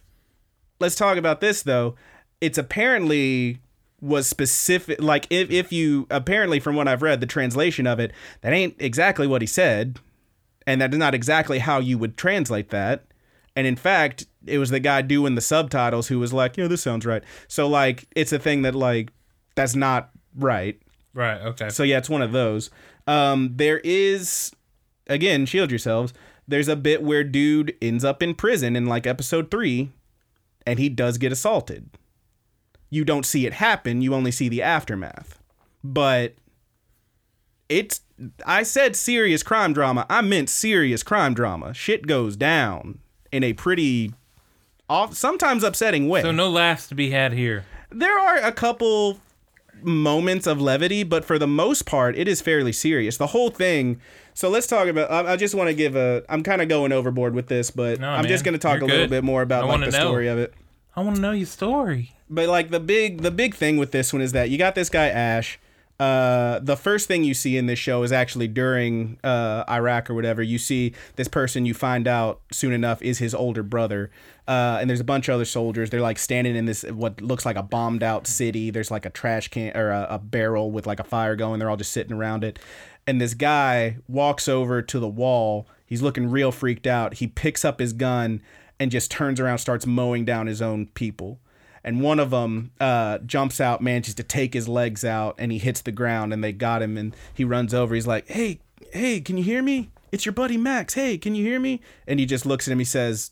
Speaker 1: let's talk about this though it's apparently was specific like if, if you apparently from what i've read the translation of it that ain't exactly what he said and that is not exactly how you would translate that. And in fact, it was the guy doing the subtitles who was like, "Yeah, this sounds right." So like, it's a thing that like that's not right.
Speaker 2: Right. Okay.
Speaker 1: So yeah, it's one of those. Um, there is, again, shield yourselves. There's a bit where dude ends up in prison in like episode three, and he does get assaulted. You don't see it happen. You only see the aftermath. But it's I said serious crime drama. I meant serious crime drama. Shit goes down in a pretty off sometimes upsetting way.
Speaker 2: So no laughs to be had here.
Speaker 1: there are a couple moments of levity, but for the most part, it is fairly serious. The whole thing. So let's talk about. I, I just want to give a. I'm kind of going overboard with this, but
Speaker 2: No,
Speaker 1: I'm just
Speaker 2: man.
Speaker 1: going to talk
Speaker 2: You're
Speaker 1: a little
Speaker 2: good.
Speaker 1: bit more about
Speaker 2: I
Speaker 1: like
Speaker 2: wanna
Speaker 1: the
Speaker 2: know.
Speaker 1: story of it.
Speaker 2: I want to know your story.
Speaker 1: But like the big the big thing with this one is that you got this guy Ash. Uh, the first thing you see in this show is actually during uh, Iraq or whatever. You see this person you find out soon enough is his older brother. Uh, and there's a bunch of other soldiers. They're like standing in this what looks like a bombed out city. There's like a trash can or a, a barrel with like a fire going. They're all just sitting around it. And this guy walks over to the wall. He's looking real freaked out. He picks up his gun and just turns around, starts mowing down his own people and one of them uh, jumps out, manages to take his legs out, and he hits the ground, and they got him, and he runs over. He's like, "Hey, hey, can you hear me? It's your buddy Max. Hey, can you hear me?" And he just looks at him. He says,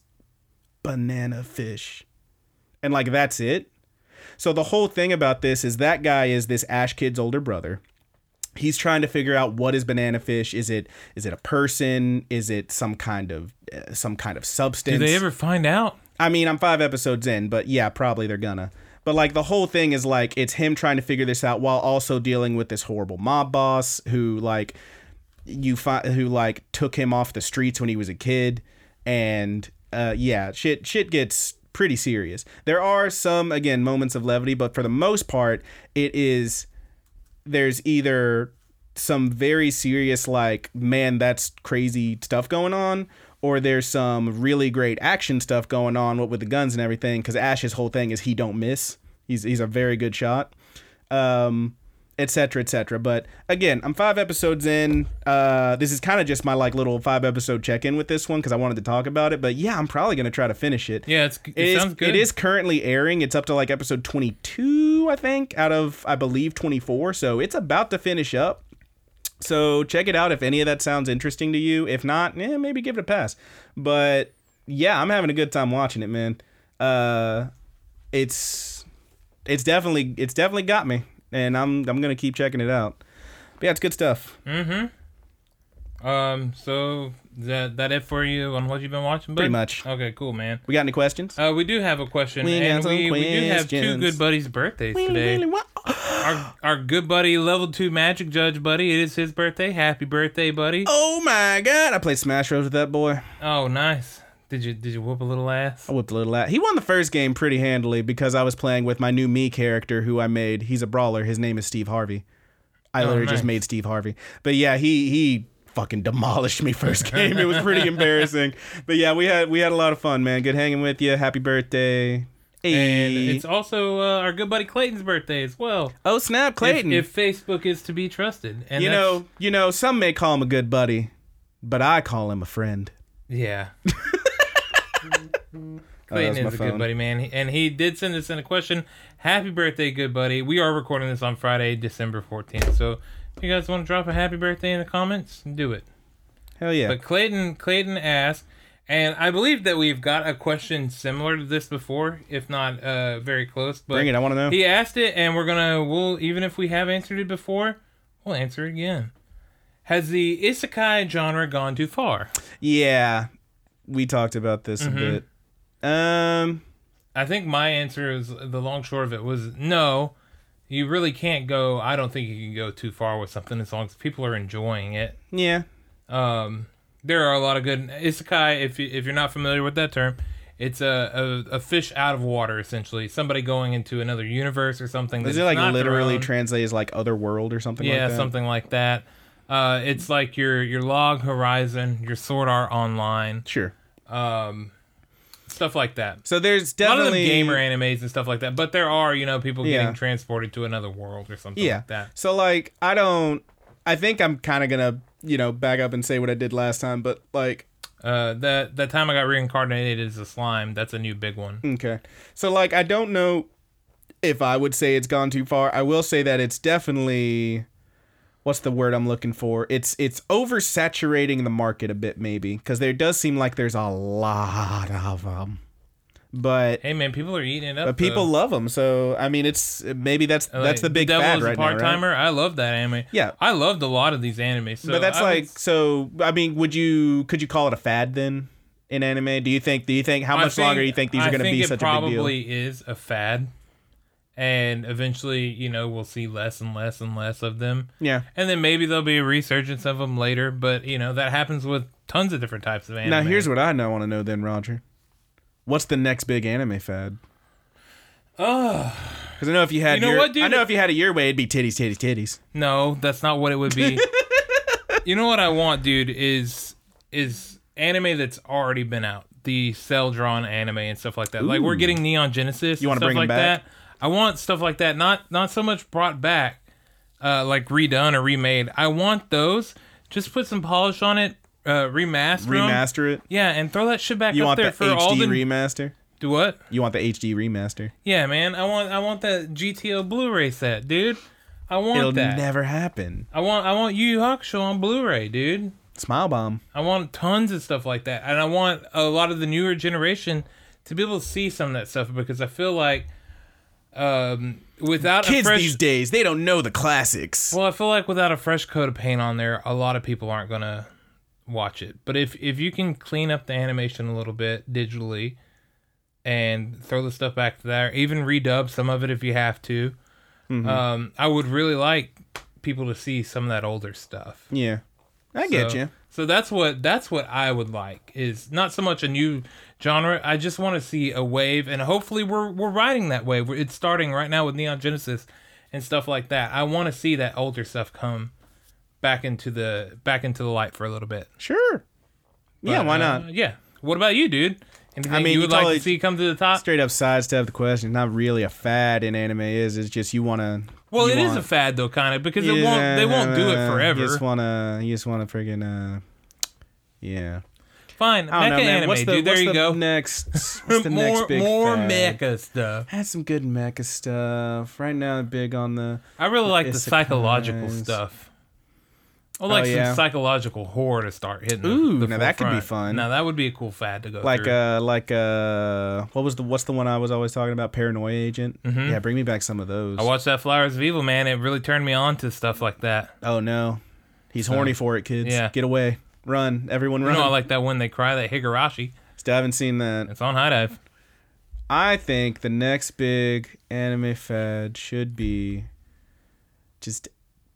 Speaker 1: "Banana fish," and like that's it. So the whole thing about this is that guy is this Ash kid's older brother he's trying to figure out what is banana fish is it is it a person is it some kind of uh, some kind of substance
Speaker 2: Do they ever find out?
Speaker 1: I mean, I'm five episodes in, but yeah, probably they're gonna. But like the whole thing is like it's him trying to figure this out while also dealing with this horrible mob boss who like you find who like took him off the streets when he was a kid, and uh, yeah, shit shit gets pretty serious. There are some again moments of levity, but for the most part, it is there's either some very serious like man that's crazy stuff going on or there's some really great action stuff going on what with the guns and everything because ash's whole thing is he don't miss he's, he's a very good shot um etc cetera, etc cetera. but again i'm five episodes in uh this is kind of just my like little five episode check-in with this one because i wanted to talk about it but yeah i'm probably gonna try to finish it
Speaker 2: Yeah, it's, it,
Speaker 1: it is,
Speaker 2: sounds good.
Speaker 1: It is currently airing. It's up to like episode 22, I think, out of I believe 24. So it's about to finish up. So check it out if any of that sounds interesting to you. If not, eh, maybe give it a pass. But yeah, I'm having a good time watching it, man. Uh, it's it's definitely it's definitely got me, and I'm I'm gonna keep checking it out. But yeah, it's good stuff.
Speaker 2: Um. So is that that it for you on what you've been watching? Bud?
Speaker 1: Pretty much.
Speaker 2: Okay. Cool, man.
Speaker 1: We got any questions?
Speaker 2: Uh, we do have a question,
Speaker 1: We got
Speaker 2: and
Speaker 1: some
Speaker 2: we, we do have two
Speaker 1: questions.
Speaker 2: good buddies' birthdays today. Our our good buddy, level two magic judge buddy, it is his birthday. Happy birthday, buddy! Oh,
Speaker 1: Oh my god! I played Smash Bros with that boy.
Speaker 2: nice. Did you did you whoop a little ass?
Speaker 1: I whipped a little out. He won the first game pretty handily because I was playing with my new me character who I made. He's a brawler. His name is Steve Harvey. I literally just
Speaker 2: Oh, nice.
Speaker 1: made Steve Harvey. But yeah, he he fucking demolished me first game. it was pretty embarrassing. But yeah, we had we had a lot of fun, man. Good hanging with you. Happy birthday.
Speaker 2: And
Speaker 1: Hey.
Speaker 2: it's also uh, our good buddy Clayton's birthday as well.
Speaker 1: oh snap, Clayton.
Speaker 2: If, if Facebook is to be trusted, and
Speaker 1: you
Speaker 2: that's-
Speaker 1: know, you know, some may call him a good buddy, but I call him a friend. Oh,
Speaker 2: yeah.
Speaker 1: was
Speaker 2: Clayton
Speaker 1: Uh, my
Speaker 2: is a
Speaker 1: phone.
Speaker 2: good buddy, man, He- and he did send us in a question. Happy birthday, good buddy. We are recording this on Friday, December fourteenth. So, if you guys want to drop a happy birthday in the comments, do it.
Speaker 1: Hell yeah.
Speaker 2: But Clayton, Clayton asked, and I believe that we've got a question similar to this before, if not uh, very close. But
Speaker 1: Bring it, I wanna know.
Speaker 2: He asked it, and we're gonna. We'll even if we have answered it before, we'll answer it again. Has the isekai genre gone too far?
Speaker 1: yeah. We talked about this
Speaker 2: Mm-hmm.
Speaker 1: a bit. Um
Speaker 2: I think my answer is the long short of it was no. You really can't go. I don't think you can go too far with something as long as people are enjoying it.
Speaker 1: yeah.
Speaker 2: Um, there are a lot of good isekai. If you, if you're not familiar with that term, it's a, a a fish out of water essentially. Somebody going into another universe or something.
Speaker 1: Does it
Speaker 2: that is
Speaker 1: like
Speaker 2: not their
Speaker 1: literally
Speaker 2: own.
Speaker 1: translate as like other world or something
Speaker 2: yeah,
Speaker 1: like that?
Speaker 2: something like that. Uh, it's like your your log horizon, your sword art online, um,
Speaker 1: Sure.
Speaker 2: stuff like that.
Speaker 1: So there's
Speaker 2: A lot
Speaker 1: definitely
Speaker 2: of them gamer animes and stuff like that, but there are you know people
Speaker 1: Yeah.
Speaker 2: getting transported to another world or something
Speaker 1: Yeah.
Speaker 2: like that.
Speaker 1: So like I don't I think I'm kind of going to, you know, back up and say what I did last time, but like
Speaker 2: Uh, that that time I got reincarnated as a slime. That's a new big one.
Speaker 1: okay. So like I don't know if I would say it's gone too far. I will say that it's definitely what's the word I'm looking for? It's it's oversaturating the market a bit maybe because there does seem like there's a lot of them. But
Speaker 2: Hey man, people are eating it up.
Speaker 1: but people love them, so I mean it's maybe that's
Speaker 2: though.
Speaker 1: that's the
Speaker 2: Like,
Speaker 1: big
Speaker 2: Devil
Speaker 1: fad
Speaker 2: is a
Speaker 1: right now.
Speaker 2: part
Speaker 1: Right?
Speaker 2: timer. I love that anime.
Speaker 1: Yeah.
Speaker 2: I loved a lot of these animes. So
Speaker 1: but that's
Speaker 2: I would
Speaker 1: like so I mean would you could you call it a fad then in anime? Do you think do you think how
Speaker 2: I
Speaker 1: much
Speaker 2: think-
Speaker 1: longer do you think these
Speaker 2: I
Speaker 1: are going to
Speaker 2: think
Speaker 1: be
Speaker 2: it
Speaker 1: such a big
Speaker 2: probably
Speaker 1: deal?
Speaker 2: is a fad, and eventually, you know, we'll see less and less and less of them.
Speaker 1: Yeah.
Speaker 2: And then maybe there'll be a resurgence of them later, but you know that happens with tons of different types of anime.
Speaker 1: Now here's what I now want to know then, Roger. What's the next big anime fad?
Speaker 2: Ugh.
Speaker 1: Because I know if you had
Speaker 2: You know
Speaker 1: your,
Speaker 2: what, dude?
Speaker 1: I know if you had it your way, it'd be titties, titties, titties.
Speaker 2: no, that's not what it would be. you know what I want, dude, is is anime that's already been out, the cell drawn anime and stuff like that. Like we're
Speaker 1: Ooh.
Speaker 2: getting Neon Genesis, you
Speaker 1: wanna
Speaker 2: want to
Speaker 1: bring 'em
Speaker 2: like
Speaker 1: back?
Speaker 2: that. I want stuff like that, not not so much brought back, uh, like redone or remade. I want those. Just put some polish on it, uh, remaster 'em.
Speaker 1: Remaster it.
Speaker 2: Yeah, and throw that shit back
Speaker 1: You
Speaker 2: up
Speaker 1: want the
Speaker 2: there for all
Speaker 1: HD
Speaker 2: the
Speaker 1: remaster?
Speaker 2: do what?
Speaker 1: You want the HD remaster?
Speaker 2: Yeah, man. I want I want that GTO Blu-ray set, dude. I want
Speaker 1: It'll
Speaker 2: that.
Speaker 1: never happen.
Speaker 2: I want I want Yu Yu Hakusho on Blu-ray, dude.
Speaker 1: Smile bomb.
Speaker 2: I want tons of stuff like that, and I want a lot of the newer generation to be able to see some of that stuff because I feel like um, without
Speaker 1: Kids
Speaker 2: a fresh,
Speaker 1: these days, they don't know the classics.
Speaker 2: well, I feel like without a fresh coat of paint on there, a lot of people aren't gonna watch it. But if if you can clean up the animation a little bit digitally and throw the stuff back there, even redub some of it if you have to,
Speaker 1: Mm-hmm.
Speaker 2: um, I would really like people to see some of that older stuff.
Speaker 1: yeah, I get
Speaker 2: So-
Speaker 1: you.
Speaker 2: So that's what that's what I would like is not so much a new genre. I just want to see a wave, and hopefully we're we're riding that wave. We're- It's starting right now with Neon Genesis and stuff like that. I want to see that older stuff come back into the back into the light for a little bit.
Speaker 1: Sure. yeah,
Speaker 2: But,
Speaker 1: why
Speaker 2: uh,
Speaker 1: not?
Speaker 2: yeah. What about you, dude? Anything
Speaker 1: mean,
Speaker 2: you
Speaker 1: you
Speaker 2: would like
Speaker 1: totally-
Speaker 2: to see come to the top?
Speaker 1: Straight up sidestep the question. Not really a fad in anime, is it's just you want to.
Speaker 2: Well,
Speaker 1: you
Speaker 2: it is
Speaker 1: want,
Speaker 2: a fad though, kind of because it won't they won't do it
Speaker 1: You just
Speaker 2: forever.
Speaker 1: want to. You just want to friggin' uh, yeah.
Speaker 2: Fine, mecha
Speaker 1: I don't know, man.
Speaker 2: anime,
Speaker 1: what's the,
Speaker 2: dude.
Speaker 1: what's
Speaker 2: there you
Speaker 1: the
Speaker 2: go.
Speaker 1: Next, what's the
Speaker 2: more
Speaker 1: next big
Speaker 2: more
Speaker 1: fad?
Speaker 2: mecha stuff.
Speaker 1: Had some good mecha stuff. Right now, I'm big on the.
Speaker 2: I really like the
Speaker 1: Isekais.
Speaker 2: psychological stuff. I like
Speaker 1: Oh, yeah.
Speaker 2: some psychological horror to start hitting. the-
Speaker 1: Ooh,
Speaker 2: the
Speaker 1: now
Speaker 2: full
Speaker 1: that could be
Speaker 2: front.
Speaker 1: fun.
Speaker 2: Now that would be a cool fad to go
Speaker 1: Like
Speaker 2: through.
Speaker 1: uh, like uh, what was the what's the one I was always talking about? Paranoia Agent. Yeah, bring me back some of those.
Speaker 2: Mm-hmm. I watched that Flowers of Evil, man. It really turned me on to stuff like that.
Speaker 1: oh no, he's horny for it, kids.
Speaker 2: yeah.
Speaker 1: get away, run, everyone
Speaker 2: You
Speaker 1: run.
Speaker 2: know, I like that when they cry, that Higurashi.
Speaker 1: Still haven't seen that.
Speaker 2: It's on High Dive.
Speaker 1: I think the next big anime fad should be just,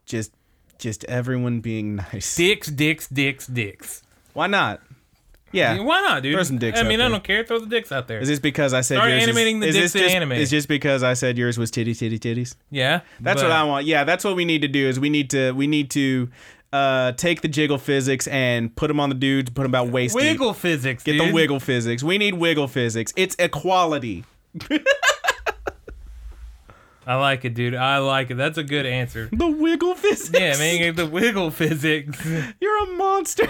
Speaker 1: just, just everyone being nice.
Speaker 2: Dicks, dicks, dicks, dicks.
Speaker 1: Why not? Yeah,
Speaker 2: I mean, why not, dude?
Speaker 1: Throw some dicks
Speaker 2: I
Speaker 1: out
Speaker 2: mean, I
Speaker 1: there.
Speaker 2: don't care. Throw the dicks out there.
Speaker 1: Is this because I said
Speaker 2: Start
Speaker 1: yours is-
Speaker 2: animating the
Speaker 1: is
Speaker 2: dicks
Speaker 1: this
Speaker 2: in
Speaker 1: just,
Speaker 2: anime.
Speaker 1: Is just because I said yours was titty titty titties?
Speaker 2: yeah.
Speaker 1: That's
Speaker 2: but
Speaker 1: what I want. Yeah, that's what we need to do. Is we need to we need to uh, take the jiggle physics and put them on the dudes, put them about waist deep.
Speaker 2: Wiggle physics.
Speaker 1: Get
Speaker 2: dude.
Speaker 1: the wiggle physics. We need wiggle physics. It's equality.
Speaker 2: I like it, dude. I like it. That's a good answer.
Speaker 1: The wiggle physics.
Speaker 2: yeah, man. Get the wiggle physics.
Speaker 1: You're a monster.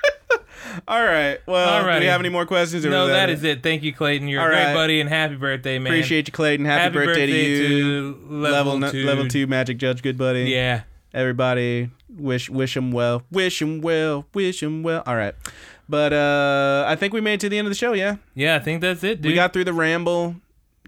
Speaker 1: All right. Well, do
Speaker 2: Alrighty.
Speaker 1: we have any more questions? Or
Speaker 2: No,
Speaker 1: was
Speaker 2: that is it. Thank you, Clayton. You're
Speaker 1: All
Speaker 2: a great
Speaker 1: right.
Speaker 2: buddy, and happy birthday, man.
Speaker 1: Appreciate you, Clayton. Happy,
Speaker 2: Happy
Speaker 1: birthday, to you.
Speaker 2: to
Speaker 1: level no- level two magic judge, good buddy.
Speaker 2: Yeah.
Speaker 1: everybody wish wish him well wish him well wish him well all right but uh i think we made it to the end of the show yeah
Speaker 2: Yeah, I think that's it, dude.
Speaker 1: we got through the ramble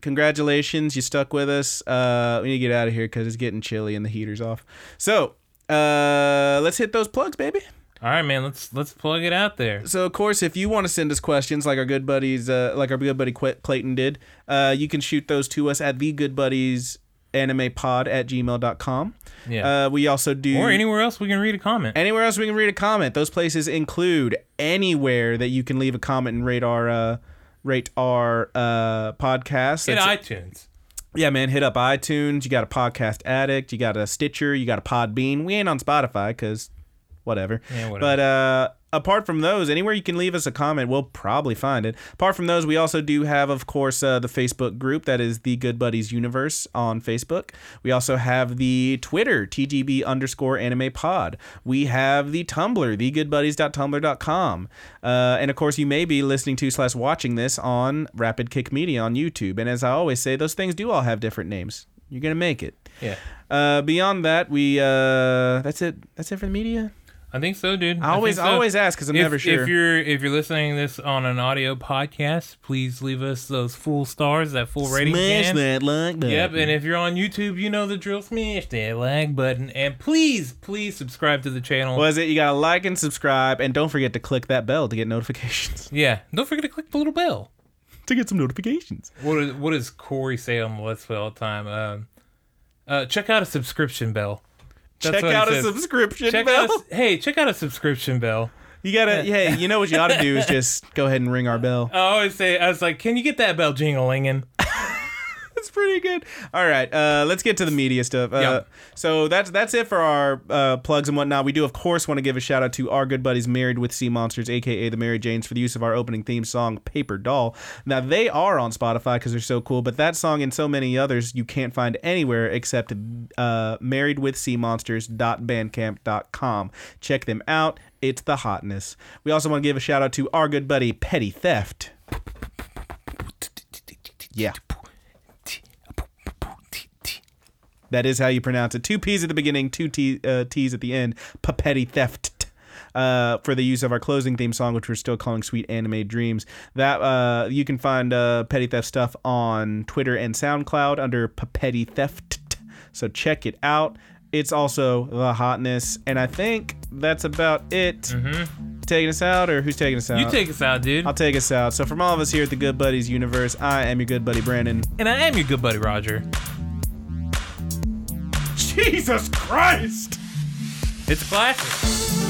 Speaker 1: congratulations you stuck with us uh we need to get out of here because it's getting chilly and the heater's off so uh let's hit those plugs baby
Speaker 2: All right, man. Let's let's plug it out there.
Speaker 1: so of course if you want to send us questions like our good buddies uh like our good buddy Qu- clayton did uh you can shoot those to us at the good buddies anime pod at gmail.com
Speaker 2: Yeah.
Speaker 1: uh we also do
Speaker 2: or anywhere else we can read a comment.
Speaker 1: Anywhere else we can read a comment. Those places include anywhere that you can leave a comment and rate our uh, rate our uh, podcast.
Speaker 2: Hit
Speaker 1: That's-
Speaker 2: iTunes.
Speaker 1: yeah, man, hit up iTunes. You got a podcast addict. You got a Stitcher. You got a Podbean. We ain't on Spotify because whatever.
Speaker 2: Yeah, whatever.
Speaker 1: But uh, apart from those, anywhere you can leave us a comment, we'll probably find it. Apart from those, we also do have, of course, uh, the Facebook group that is the Good Buddies Universe on Facebook. We also have the Twitter, TGB underscore anime pod. We have the Tumblr, thegoodbuddies.tumblr.com. Uh, and of course, you may be listening to slash watching this on Rapid Kick Media on YouTube. And as I always say, those things do all have different names. You're going to make it.
Speaker 2: Yeah.
Speaker 1: Uh, beyond that, we uh, that's it. That's it for the media.
Speaker 2: I think so, dude.
Speaker 1: I always
Speaker 2: think
Speaker 1: I
Speaker 2: so.
Speaker 1: always ask because I'm
Speaker 2: if,
Speaker 1: never sure.
Speaker 2: If you're if you're listening to this on an audio podcast, please leave us those full stars, that full rating. can.
Speaker 1: that like that.
Speaker 2: Yep, and if you're on YouTube, you know the drill. Smash that like button, and please, please subscribe to the channel.
Speaker 1: was it? You gotta like and subscribe, and don't forget to click that bell to get notifications.
Speaker 2: Yeah, don't forget to click the little bell.
Speaker 1: to get some notifications.
Speaker 2: What is, what does Corey say on the Let's Play all the time? Um, uh, check out a subscription bell. That's
Speaker 1: check
Speaker 2: what he
Speaker 1: out a
Speaker 2: says.
Speaker 1: subscription
Speaker 2: Check
Speaker 1: bell.
Speaker 2: out a s- hey, check out a subscription bell.
Speaker 1: you gotta. Hey, you know what you ought to do is just go ahead and ring our bell.
Speaker 2: I always say, I was like, can you get that bell jinglinging?
Speaker 1: That's pretty good. All right, uh, let's get to the media stuff. Uh,
Speaker 2: Yeah.
Speaker 1: So that's that's it for our uh, plugs and whatnot. We do, of course, want to give a shout out to our good buddies Married with Sea Monsters, aka the Mary Janes, for the use of our opening theme song, Paper Doll. Now they are on Spotify because they're so cool, but that song and so many others you can't find anywhere except uh, marriedwithseamonsters.bandcamp.com. Check them out. It's the hotness. We also want to give a shout out to our good buddy Petty Theft. Yeah. That is how you pronounce it. Two P's at the beginning, two T, uh, T's at the end. Papetti Theft. Uh, for the use of our closing theme song, which we're still calling "Sweet Anime Dreams," that uh, you can find uh, Petty Theft stuff on Twitter and SoundCloud under Petty Theft. So check it out. It's also the hotness, and I think that's about it. Taking us out, or who's taking us out?
Speaker 2: Mm-hmm. You take us out, dude.
Speaker 1: I'll take us out. So from all of us here at the Good Buddies Universe, I am your good buddy Brandon.
Speaker 2: and I am your good buddy, Roger.
Speaker 1: Jesus Christ!
Speaker 2: It's a classic.